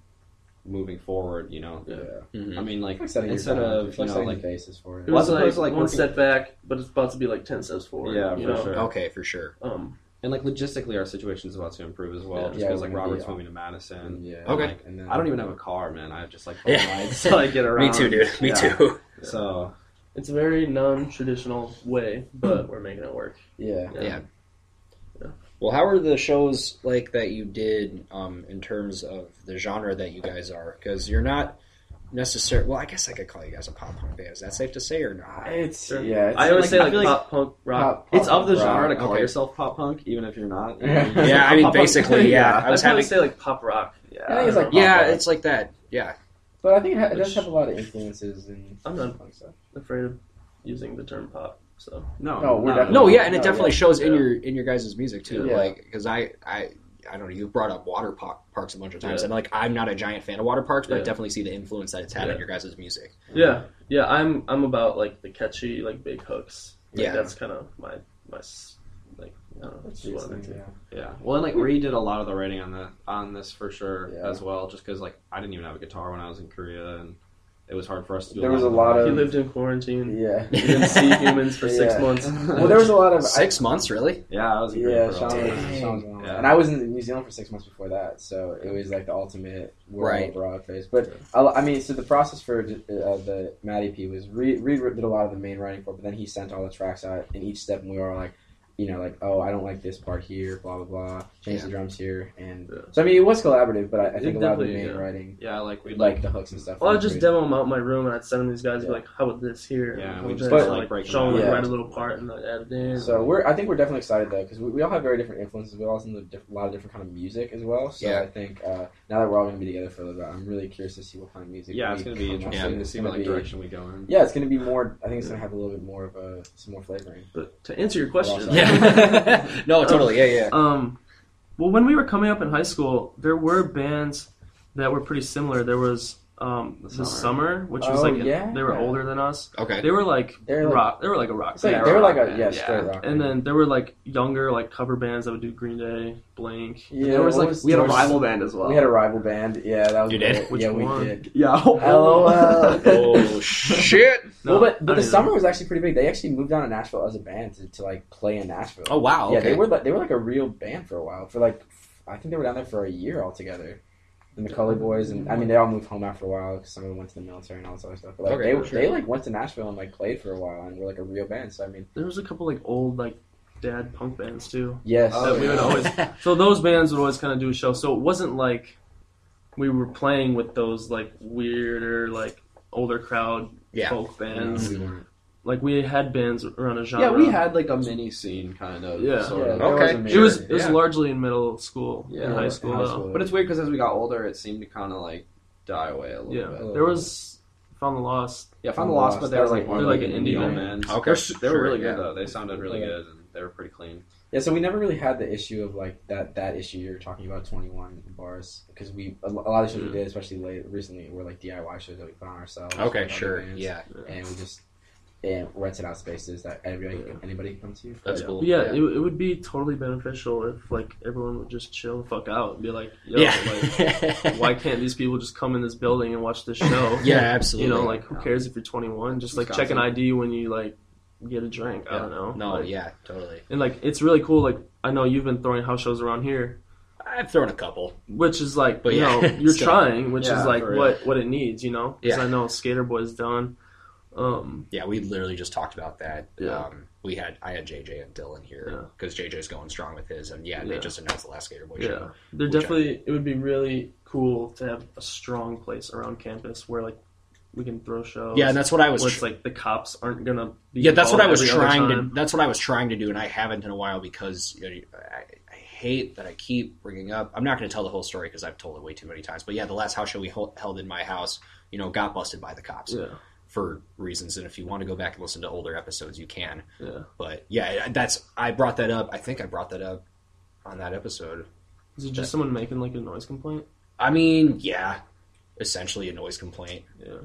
Speaker 5: moving forward. You know,
Speaker 3: Yeah.
Speaker 6: Mhm.
Speaker 5: I mean, like
Speaker 4: It's like setting your
Speaker 5: instead
Speaker 4: ground.
Speaker 5: of
Speaker 4: It's
Speaker 5: you
Speaker 4: like
Speaker 5: know
Speaker 4: setting the
Speaker 5: like
Speaker 4: basis for it.
Speaker 3: It
Speaker 5: Well,
Speaker 3: was
Speaker 5: as opposed
Speaker 3: like,
Speaker 5: to, like,
Speaker 3: one
Speaker 5: working-
Speaker 3: step back, but it's about to be like ten steps forward.
Speaker 5: Yeah,
Speaker 3: you
Speaker 5: for
Speaker 3: know?
Speaker 5: sure.
Speaker 6: Okay, for sure.
Speaker 3: Um,
Speaker 5: and like logistically, our situation's about to improve as well,
Speaker 3: Yeah.
Speaker 5: just
Speaker 4: Yeah,
Speaker 5: because
Speaker 4: we're
Speaker 5: like
Speaker 4: gonna be
Speaker 5: Robert's
Speaker 4: out.
Speaker 5: moving to Madison.
Speaker 4: yeah.
Speaker 6: Okay.
Speaker 4: Like, and then,
Speaker 5: I don't even have a car, man. I have
Speaker 4: (laughs)
Speaker 5: just like
Speaker 6: Yeah.
Speaker 5: lights so I get around.
Speaker 6: Me too, dude. Me
Speaker 5: Yeah.
Speaker 6: too.
Speaker 5: So
Speaker 3: it's a very non-traditional way, but we're making it work.
Speaker 4: Yeah.
Speaker 6: Yeah.
Speaker 3: Yeah.
Speaker 6: Um, Well, how are the shows like that you did um, in terms of the genre that you guys are? Because you're not necessarily. Well, I guess I could call you guys a pop punk band. Is that safe to say or not?
Speaker 4: It's
Speaker 3: Sure.
Speaker 4: yeah. It's
Speaker 5: I
Speaker 3: I always
Speaker 5: like-
Speaker 3: say
Speaker 5: I
Speaker 3: like
Speaker 5: feel like-
Speaker 3: pop punk rock.
Speaker 4: pop-
Speaker 5: it's of the
Speaker 4: pop
Speaker 5: genre to
Speaker 4: rock.
Speaker 5: call
Speaker 6: Okay.
Speaker 5: yourself pop punk, even if
Speaker 4: (laughs)
Speaker 5: you're not.
Speaker 4: Yeah.
Speaker 6: (laughs) Yeah, I mean,
Speaker 3: (laughs)
Speaker 5: Pop punk.
Speaker 6: basically, yeah. I
Speaker 3: I
Speaker 6: was
Speaker 3: would probably
Speaker 6: having.
Speaker 3: say like pop rock.
Speaker 5: Yeah.
Speaker 4: I think it's like
Speaker 6: yeah,
Speaker 4: pop rock.
Speaker 6: it's like that. Yeah.
Speaker 4: But I think it, ha- it does have a lot of influences and
Speaker 3: I'm not-
Speaker 4: fun stuff.
Speaker 3: I'm afraid of using the term pop. So
Speaker 5: No,
Speaker 4: No, we're definitely-
Speaker 6: No, yeah, and it
Speaker 4: No,
Speaker 6: definitely
Speaker 4: yeah.
Speaker 6: shows in
Speaker 3: Yeah.
Speaker 6: your in your guys' music too.
Speaker 4: Yeah.
Speaker 6: Like, because I I. I don't know. You've brought up water po- parks a bunch of times,
Speaker 3: Yeah.
Speaker 6: and like I'm not a giant fan of water parks, but I
Speaker 3: Yeah.
Speaker 6: definitely see the influence that it's had on
Speaker 3: Yeah.
Speaker 6: your guys' music.
Speaker 3: yeah, yeah. I'm I'm about like the catchy like big hooks. Like,
Speaker 6: Yeah.
Speaker 3: that's kind of my my s- like I don't know.
Speaker 4: That's
Speaker 3: just what I'm
Speaker 4: decent,
Speaker 3: into.
Speaker 4: yeah.
Speaker 5: Yeah, well, and like Reed did a lot of the writing on the on this for sure
Speaker 4: Yeah.
Speaker 5: as well, just because like I didn't even have a guitar when I was in Korea, and it was hard for us to. Do
Speaker 4: There was a lot
Speaker 3: He
Speaker 4: of-
Speaker 3: lived in quarantine.
Speaker 4: Um, Yeah.
Speaker 3: He didn't see humans for six
Speaker 4: Yeah.
Speaker 3: months.
Speaker 4: (laughs) Well, there was a lot
Speaker 3: (laughs)
Speaker 4: of Um, I,
Speaker 6: Six months, really?
Speaker 5: (laughs)
Speaker 4: (laughs)
Speaker 5: Yeah, I was in Korea
Speaker 4: yeah.
Speaker 5: for a
Speaker 4: Sean,
Speaker 5: long
Speaker 4: was-
Speaker 5: time.
Speaker 4: Sean was one.
Speaker 5: Yeah.
Speaker 4: and I was in New Zealand for six months before that, so it was like the ultimate world
Speaker 6: Right.
Speaker 4: abroad phase. But I, I mean, so the process for uh, the Matty P was Reed, Reed did a lot of the main writing for, it, but then he sent all the tracks out, and each step we were all like. you know, like, oh, I don't like this part here, blah blah blah. Change the
Speaker 6: Yeah.
Speaker 4: drums here, and
Speaker 3: Yeah.
Speaker 4: so I mean, it was collaborative, but I, I
Speaker 3: It
Speaker 4: think a lot of the
Speaker 3: definitely,
Speaker 4: main
Speaker 3: yeah.
Speaker 4: writing,
Speaker 5: Yeah, like we
Speaker 4: like the hooks and stuff.
Speaker 3: Well, I'd
Speaker 4: was
Speaker 3: just
Speaker 4: great.
Speaker 3: demo them out in my room, and I'd send them these guys. and Be like, "How about this here?"
Speaker 5: Yeah,
Speaker 3: and
Speaker 5: we just
Speaker 3: then,
Speaker 4: kinda,
Speaker 5: like, break 'em
Speaker 3: Sean
Speaker 4: down.
Speaker 3: would
Speaker 4: Yeah.
Speaker 3: write a little part and I'd add it in.
Speaker 4: So we're, I think we're definitely excited though, because we, we all have very different influences. We all listen to diff- a lot of different kind of music as well. So I
Speaker 6: Yeah.
Speaker 4: think uh, now that we're all going to be together for a little bit, I'm really curious to see what kind of music. we
Speaker 5: yeah, it's gonna be
Speaker 4: come up with.
Speaker 5: interesting to
Speaker 4: It's
Speaker 5: see
Speaker 4: gonna
Speaker 5: what like
Speaker 4: be-
Speaker 5: direction we go in.
Speaker 4: Yeah, it's going to be more. I think it's going to have a little bit more of a some more flavoring.
Speaker 3: but to answer your question,
Speaker 4: Yeah. (laughs)
Speaker 6: (laughs) no, totally. Yeah, yeah.
Speaker 3: um, well, when we were coming up in high school, there were bands that were pretty similar. There was um,
Speaker 5: The
Speaker 3: the,
Speaker 5: Summer.
Speaker 3: summer. which was
Speaker 4: Oh,
Speaker 3: like
Speaker 4: yeah.
Speaker 3: they were older than us.
Speaker 6: Okay.
Speaker 3: They were like
Speaker 4: They're like-
Speaker 3: rock. They were like a rock.
Speaker 4: It's like
Speaker 3: band.
Speaker 4: they were like
Speaker 5: rock
Speaker 4: a
Speaker 5: band,
Speaker 4: yeah,
Speaker 5: yeah.
Speaker 4: straight rock.
Speaker 3: And
Speaker 4: band.
Speaker 3: then there were like younger like cover bands that would do Green Day, Blink. And
Speaker 4: Yeah,
Speaker 3: there was
Speaker 4: what
Speaker 3: like
Speaker 4: was
Speaker 3: we had a
Speaker 4: George-
Speaker 3: rival band as well.
Speaker 4: we had a rival band. Yeah, that was
Speaker 6: You did?
Speaker 4: great.
Speaker 3: Which
Speaker 4: yeah, we
Speaker 3: one?
Speaker 4: did.
Speaker 5: (laughs) Yeah.
Speaker 4: LOL. (laughs)
Speaker 6: oh shit!
Speaker 3: No,
Speaker 4: well, but, but
Speaker 3: I
Speaker 4: the
Speaker 3: didn't.
Speaker 4: summer was actually pretty big. They actually moved down to Nashville as a band to, to like play in Nashville.
Speaker 6: Oh wow.
Speaker 4: Yeah,
Speaker 6: okay. (laughs)
Speaker 4: they were like, they were like a real band for a while. For like, I think they were down there for a year altogether. And the Cully Boys, and I mean, they all moved home after a while because some of them went to the military and all this other stuff. But like,
Speaker 6: Okay,
Speaker 4: they
Speaker 6: for sure.
Speaker 4: they like went to Nashville and like played for a while, and were like a real band. So I mean,
Speaker 3: there was a couple like old like dad punk bands too.
Speaker 4: yes,
Speaker 5: Oh,
Speaker 3: That we would always So those bands would always kind of do a show. So it wasn't like we were playing with those like weirder, like older crowd
Speaker 6: Yeah.
Speaker 3: folk bands.
Speaker 5: Mm-hmm.
Speaker 4: we weren't.
Speaker 3: Like we had bands around a genre.
Speaker 5: yeah, we had like a mini scene kind of.
Speaker 3: Yeah.
Speaker 5: Sort
Speaker 4: Yeah,
Speaker 5: of.
Speaker 4: there was
Speaker 6: Okay.
Speaker 4: a
Speaker 3: It was
Speaker 4: major-
Speaker 3: it was
Speaker 5: Yeah.
Speaker 3: largely in middle school,
Speaker 5: Yeah,
Speaker 3: in
Speaker 5: in
Speaker 3: high school.
Speaker 4: high
Speaker 3: though.
Speaker 4: school.
Speaker 5: But it's weird because as we got older, it seemed to kind of like die away a little
Speaker 3: Yeah,
Speaker 4: Oh,
Speaker 5: bit.
Speaker 3: there was found the lost.
Speaker 5: Yeah, found the lost, but they were like more
Speaker 3: They're
Speaker 5: like
Speaker 3: like
Speaker 5: an
Speaker 3: an
Speaker 5: indie
Speaker 3: indie
Speaker 5: band.
Speaker 3: band.
Speaker 5: They
Speaker 6: Okay,
Speaker 5: were
Speaker 6: sure,
Speaker 5: really
Speaker 6: yeah.
Speaker 5: good though. They sounded really
Speaker 4: Yeah.
Speaker 5: good and they were pretty clean.
Speaker 4: Yeah, so we never really had the issue of like that that issue you're talking about, 21 bars, because we a lo- a lot of shows
Speaker 6: Mm.
Speaker 5: Mhm.
Speaker 4: we did, especially late recently, were like DIY shows that we put on ourselves.
Speaker 6: Okay,
Speaker 4: with other
Speaker 6: sure.
Speaker 4: bands,
Speaker 6: Yeah,
Speaker 4: and we just and rented out spaces that everybody
Speaker 5: Yeah.
Speaker 4: anybody can come to.
Speaker 6: that's
Speaker 5: Yeah.
Speaker 6: cool.
Speaker 3: But yeah, It, it would be totally beneficial if like everyone would just chill the fuck out and be like, yo,
Speaker 6: (laughs)
Speaker 3: like, why can't these people just come in this building and watch this show?
Speaker 6: yeah, absolutely.
Speaker 3: you know, like who cares if you're 21? Just like check an ID when you like get a drink. I don't know.
Speaker 6: no,
Speaker 3: Like,
Speaker 6: yeah, totally.
Speaker 3: And like it's really cool. Like I know you've been throwing house shows around here,
Speaker 6: I've thrown a couple.
Speaker 3: which is like
Speaker 6: But
Speaker 3: you
Speaker 6: yeah, (laughs)
Speaker 3: know you're
Speaker 6: still.
Speaker 3: trying, which
Speaker 5: Yeah,
Speaker 3: is like
Speaker 5: for real.
Speaker 3: what what it needs. You know, because
Speaker 6: Yeah.
Speaker 3: I know Skater Boy's done. Um,
Speaker 6: Yeah, we literally just talked about that.
Speaker 3: Yeah.
Speaker 6: Um, we had I had JJ and Dylan here
Speaker 3: Yeah.
Speaker 6: because JJ's going strong with his, and yeah, they
Speaker 3: Yeah.
Speaker 6: just announced the last Gator Boy
Speaker 3: yeah,
Speaker 6: show.
Speaker 3: they're
Speaker 6: Which I-
Speaker 3: definitely. It would be really cool to have a strong place around campus where like we can throw shows.
Speaker 6: Yeah, and that's what I was.
Speaker 3: where it's
Speaker 6: tr-
Speaker 3: like the cops aren't gonna. be
Speaker 6: yeah, that's what I
Speaker 3: involved
Speaker 6: was
Speaker 3: every other
Speaker 6: trying to.
Speaker 3: time.
Speaker 6: That's what I was trying to do, and I haven't in a while because you know, I, I hate that I keep bringing up. I'm not going to tell the whole story because I've told it way too many times. But yeah, the last house show we hel- held in my house, you know, got busted by the cops
Speaker 3: Yeah,
Speaker 6: for reasons. And if you want to go back and listen to older episodes, you can.
Speaker 3: yeah.
Speaker 6: But yeah, I- that's I brought that up. I think I brought that up on that episode.
Speaker 3: Is it just someone making like a noise complaint?
Speaker 6: I mean, yeah, essentially a noise complaint.
Speaker 3: Yeah,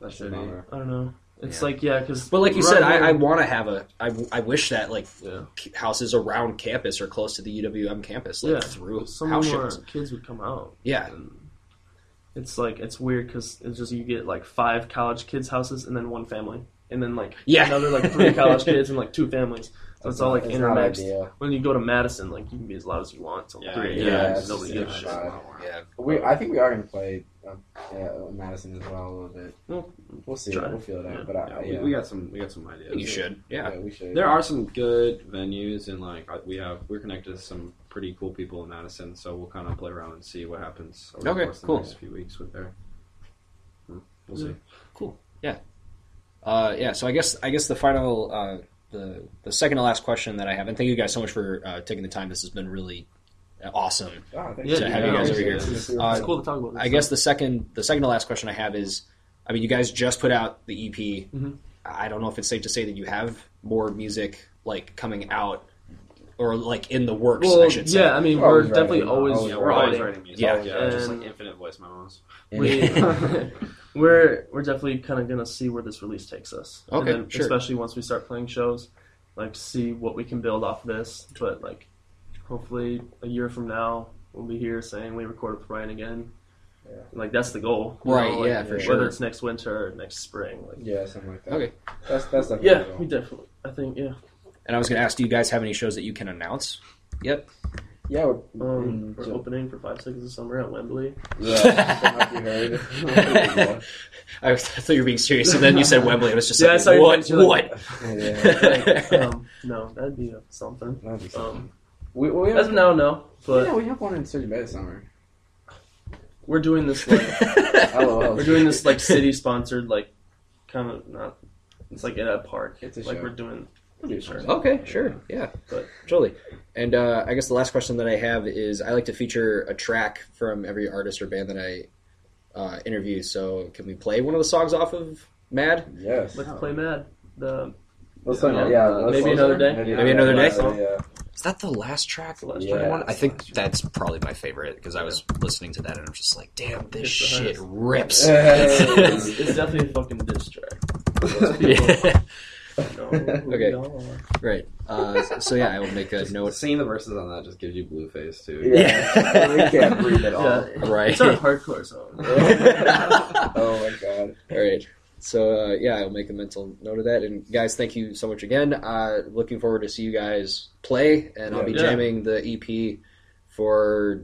Speaker 5: That's
Speaker 4: It's a bummer.
Speaker 3: I don't know. It's
Speaker 6: Yeah.
Speaker 3: like yeah, because
Speaker 6: But like you said, I, I want to have a. I, I wish that like
Speaker 3: yeah.
Speaker 6: c- houses around campus or close to the UWM campus, like
Speaker 3: Yeah.
Speaker 6: through
Speaker 3: some
Speaker 6: house
Speaker 3: more
Speaker 6: shows.
Speaker 3: kids would come out.
Speaker 6: Yeah.
Speaker 3: And it's like it's weird because it's just you get like five college kids houses and then one family and then like
Speaker 6: Yeah.
Speaker 3: another like three
Speaker 6: (laughs)
Speaker 3: college kids and like two families. So it's all like
Speaker 4: It's not
Speaker 3: intermixed.
Speaker 4: ideal.
Speaker 3: When you go to Madison, like you can be as loud as you want till
Speaker 5: Yeah,
Speaker 3: three.
Speaker 5: yeah,
Speaker 3: a.m.
Speaker 4: it's
Speaker 3: nobody
Speaker 4: just-
Speaker 3: gives a
Speaker 4: yeah.
Speaker 3: shit.
Speaker 6: Yeah,
Speaker 4: We I think we are gonna play uh, yeah, Madison as well a little bit.
Speaker 3: Well,
Speaker 4: We'll see.
Speaker 3: try.
Speaker 4: We'll feel it out.
Speaker 3: Yeah.
Speaker 4: But I,
Speaker 5: Yeah,
Speaker 4: I-
Speaker 5: we,
Speaker 4: yeah.
Speaker 5: we got some. We got some
Speaker 6: I
Speaker 5: ideas.
Speaker 6: think you should. Yeah,
Speaker 4: Yeah, we should.
Speaker 5: There are some good venues, and like uh, we have, we're connected to some pretty cool people in Madison. So we'll kind of play around and see what happens over
Speaker 6: Okay,
Speaker 5: the course of
Speaker 6: cool.
Speaker 5: the next few weeks with there. Hmm, We'll see.
Speaker 6: uh, yeah. So I guess I guess the final, uh, the the second to last question that I have, and thank you guys so much for uh, taking the time. This has been really awesome.
Speaker 4: Ah, thanks.
Speaker 3: Yeah, to have you guys over
Speaker 6: here.
Speaker 4: Uh,
Speaker 3: It's cool to talk about. This
Speaker 6: I guess the second the second to last question I have is, I mean, you guys just put out the EP.
Speaker 3: Mhm.
Speaker 6: I don't know if it's safe to say that you have more music like coming out or like in the works.
Speaker 3: Well,
Speaker 6: I should say.
Speaker 3: yeah, I mean,
Speaker 4: We're
Speaker 3: we're
Speaker 4: always
Speaker 3: definitely
Speaker 4: writing.
Speaker 3: always,
Speaker 4: Always
Speaker 5: Yeah, we're always
Speaker 3: writing.
Speaker 5: writing music.
Speaker 6: Yeah.
Speaker 5: Yeah, just
Speaker 3: And-
Speaker 5: like infinite voice memos.
Speaker 3: we,
Speaker 6: (laughs)
Speaker 3: (laughs) we're we're definitely kind of gonna see where this release takes us. And
Speaker 6: Okay,
Speaker 3: then
Speaker 6: sure.
Speaker 3: Especially once we start playing shows, like see what we can build off this. But like, hopefully a year from now we'll be here saying we recorded with Ryan again.
Speaker 4: Yeah.
Speaker 3: Like that's the goal, you
Speaker 6: Right,
Speaker 3: like,
Speaker 6: yeah, for
Speaker 3: whether
Speaker 6: sure.
Speaker 3: it's next winter or next spring, like
Speaker 4: Yeah, something like that.
Speaker 6: Okay.
Speaker 4: That's that's definitely
Speaker 3: yeah,
Speaker 4: cool.
Speaker 3: we definitely. I think yeah.
Speaker 6: And I was going to ask, do you guys have any shows that you can announce? Yep.
Speaker 4: Yeah, we're,
Speaker 3: Um,
Speaker 6: Mm-hmm.
Speaker 4: mm,
Speaker 3: we're
Speaker 4: so-
Speaker 3: opening for five seconds of summer at
Speaker 6: (laughs)
Speaker 3: Wembley.
Speaker 4: Don't know
Speaker 3: (laughs)
Speaker 4: (laughs) if you heard.
Speaker 6: I (laughs) was- I thought you were being serious, and then you said Wembley. I was just
Speaker 3: Yeah, I
Speaker 6: like,
Speaker 3: saw your
Speaker 6: what?
Speaker 3: face, you're like-
Speaker 6: what?
Speaker 4: yeah,
Speaker 3: um, no, that'd be uh, something.
Speaker 4: that'd be something.
Speaker 3: Um,
Speaker 4: we, we have,
Speaker 3: as of now, no. But
Speaker 4: yeah, we have one in Surgeon Bay this summer.
Speaker 3: we're doing this like
Speaker 6: (laughs)
Speaker 4: LOL.
Speaker 3: We're doing this like city sponsored like kind of not. It's like at a park.
Speaker 4: It's a
Speaker 3: like
Speaker 4: show.
Speaker 3: we're doing.
Speaker 6: okay, sure, yeah,
Speaker 3: But-
Speaker 6: totally. And uh, I guess the last question that I have is, I like to feature a track from every artist or band that I uh, interview. So, can we play one of the songs off of Mad?
Speaker 4: Yes.
Speaker 3: Let's play Mad. The
Speaker 4: Let's talk
Speaker 3: Yeah.
Speaker 4: about- yeah,
Speaker 3: Uh,
Speaker 4: let's-
Speaker 3: maybe
Speaker 4: let's-
Speaker 3: another day?
Speaker 6: Maybe another day?
Speaker 4: Yeah.
Speaker 6: Is that the last track?
Speaker 3: the last
Speaker 4: Yeah.
Speaker 3: track.
Speaker 6: I think that's probably my favorite because I was listening to that and I'm just like, damn, this
Speaker 3: It's the
Speaker 6: shit
Speaker 3: highest.
Speaker 6: rips.
Speaker 3: It's, it's definitely a fucking diss track. Those people
Speaker 6: (laughs) Yeah.
Speaker 3: know who
Speaker 6: Okay.
Speaker 3: we are.
Speaker 6: Right. Uh, so yeah, I will make a note.
Speaker 5: Seeing the verses on that just gives you blue face (laughs) too.
Speaker 4: (laughs) Yeah. we can't breathe at all.
Speaker 3: Yeah.
Speaker 6: (laughs) Right. (laughs)
Speaker 3: It's our hardcore song.
Speaker 4: oh my god.
Speaker 6: All right. So uh, yeah, I'll make a mental note of that. And guys, thank you so much again. Uh, looking forward to see you guys play, and I'll be
Speaker 3: Yeah.
Speaker 6: jamming the EP for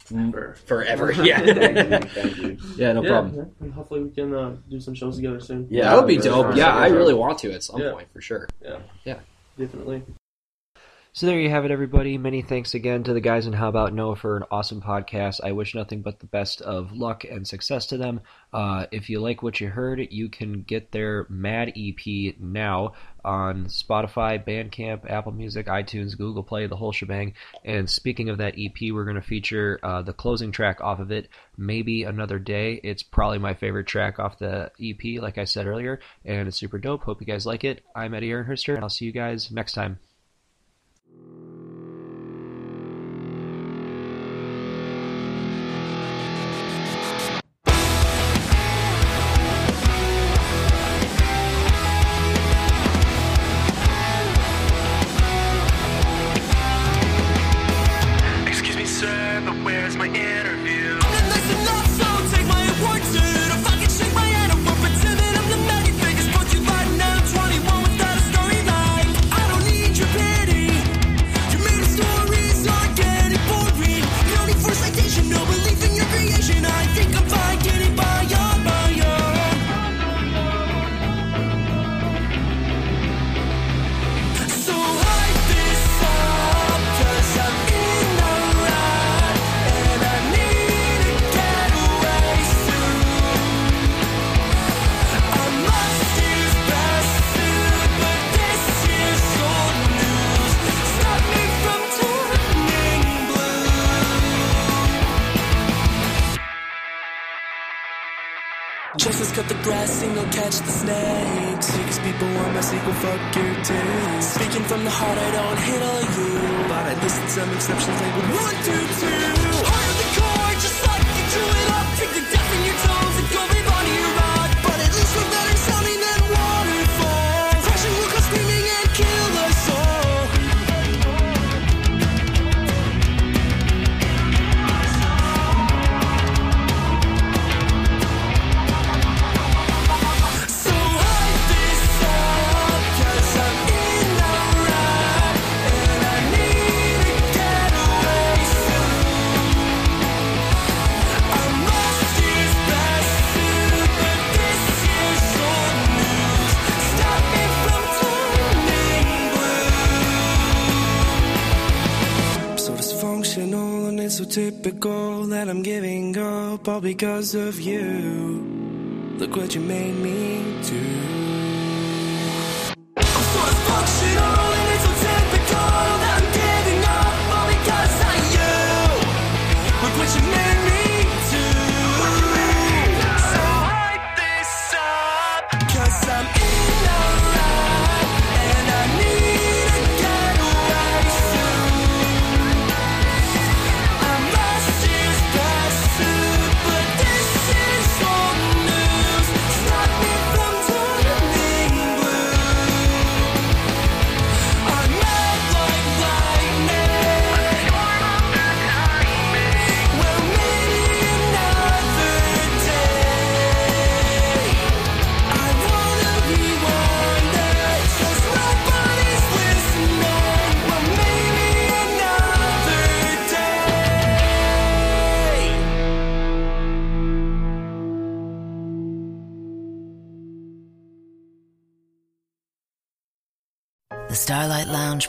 Speaker 3: For-
Speaker 6: (laughs) forever.
Speaker 4: Thank
Speaker 6: Yeah,
Speaker 4: you. Thank you.
Speaker 6: yeah, no
Speaker 3: yeah,
Speaker 6: problem.
Speaker 3: yeah. And hopefully we can uh, do some shows together soon.
Speaker 5: Yeah,
Speaker 6: that would be
Speaker 5: for
Speaker 6: dope.
Speaker 5: sure.
Speaker 6: Yeah, I
Speaker 5: For sure.
Speaker 6: really want to at some
Speaker 3: Yeah.
Speaker 6: point for sure.
Speaker 3: Definitely.
Speaker 2: So there you have it, everybody. Many thanks again to the guys in How About No for an awesome podcast. I wish nothing but the best of luck and success to them. Uh, if you like what you heard, you can get their Mad EP now on Spotify, Bandcamp, Apple Music, iTunes, Google Play, the whole shebang. And speaking of that EP, we're going to feature uh, the closing track off of it, Maybe Another Day. It's probably my favorite track off the EP, like I said earlier, and it's super dope. Hope you guys like it. I'm Eddie Ehrenhurster, and I'll see you guys next time.
Speaker 7: Let's cut the grass, single catch the snakes. Because people want my sequel, fuck your takes. Speaking from the heart, I don't hate all you. But I listed some exceptions labeled one, two, two. Heart of the core, just like you drew it up. Take the death in your tones and go live on your rock. But at least we're better sounding than waterfall. Depression will come screaming and kill us all. So hype this up, 'cause I'm in the right, and I need to get away soon. I'm last year's best suit, but this year's old news. Stop me from turning blue. So dysfunctional and it's so typical that I'm giving up all because of you. Look what you made me do. I'm so dysfunctional and it's so typical that I'm giving up all because of you. Look what you made me do. So hype this up, cause I'm in the right and I need to get away soon. I'm last year's best suit, but this is old news. Stop me from turning blue. I'm mad like lightning. Well, maybe another day. I wanna be one that just nobody's listening. Well, maybe another day.
Speaker 8: The Starlight Lounge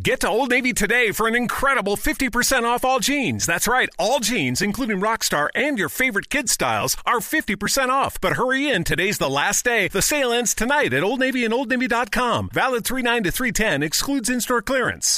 Speaker 1: Get to Old Navy today for an incredible 50% off all jeans. That's right, all jeans, including Rockstar and your favorite kid styles, are 50% off. But hurry in, today's the last day. The sale ends tonight at Old Navy and OldNavy.com. Valid 39 to 310, excludes in store clearance.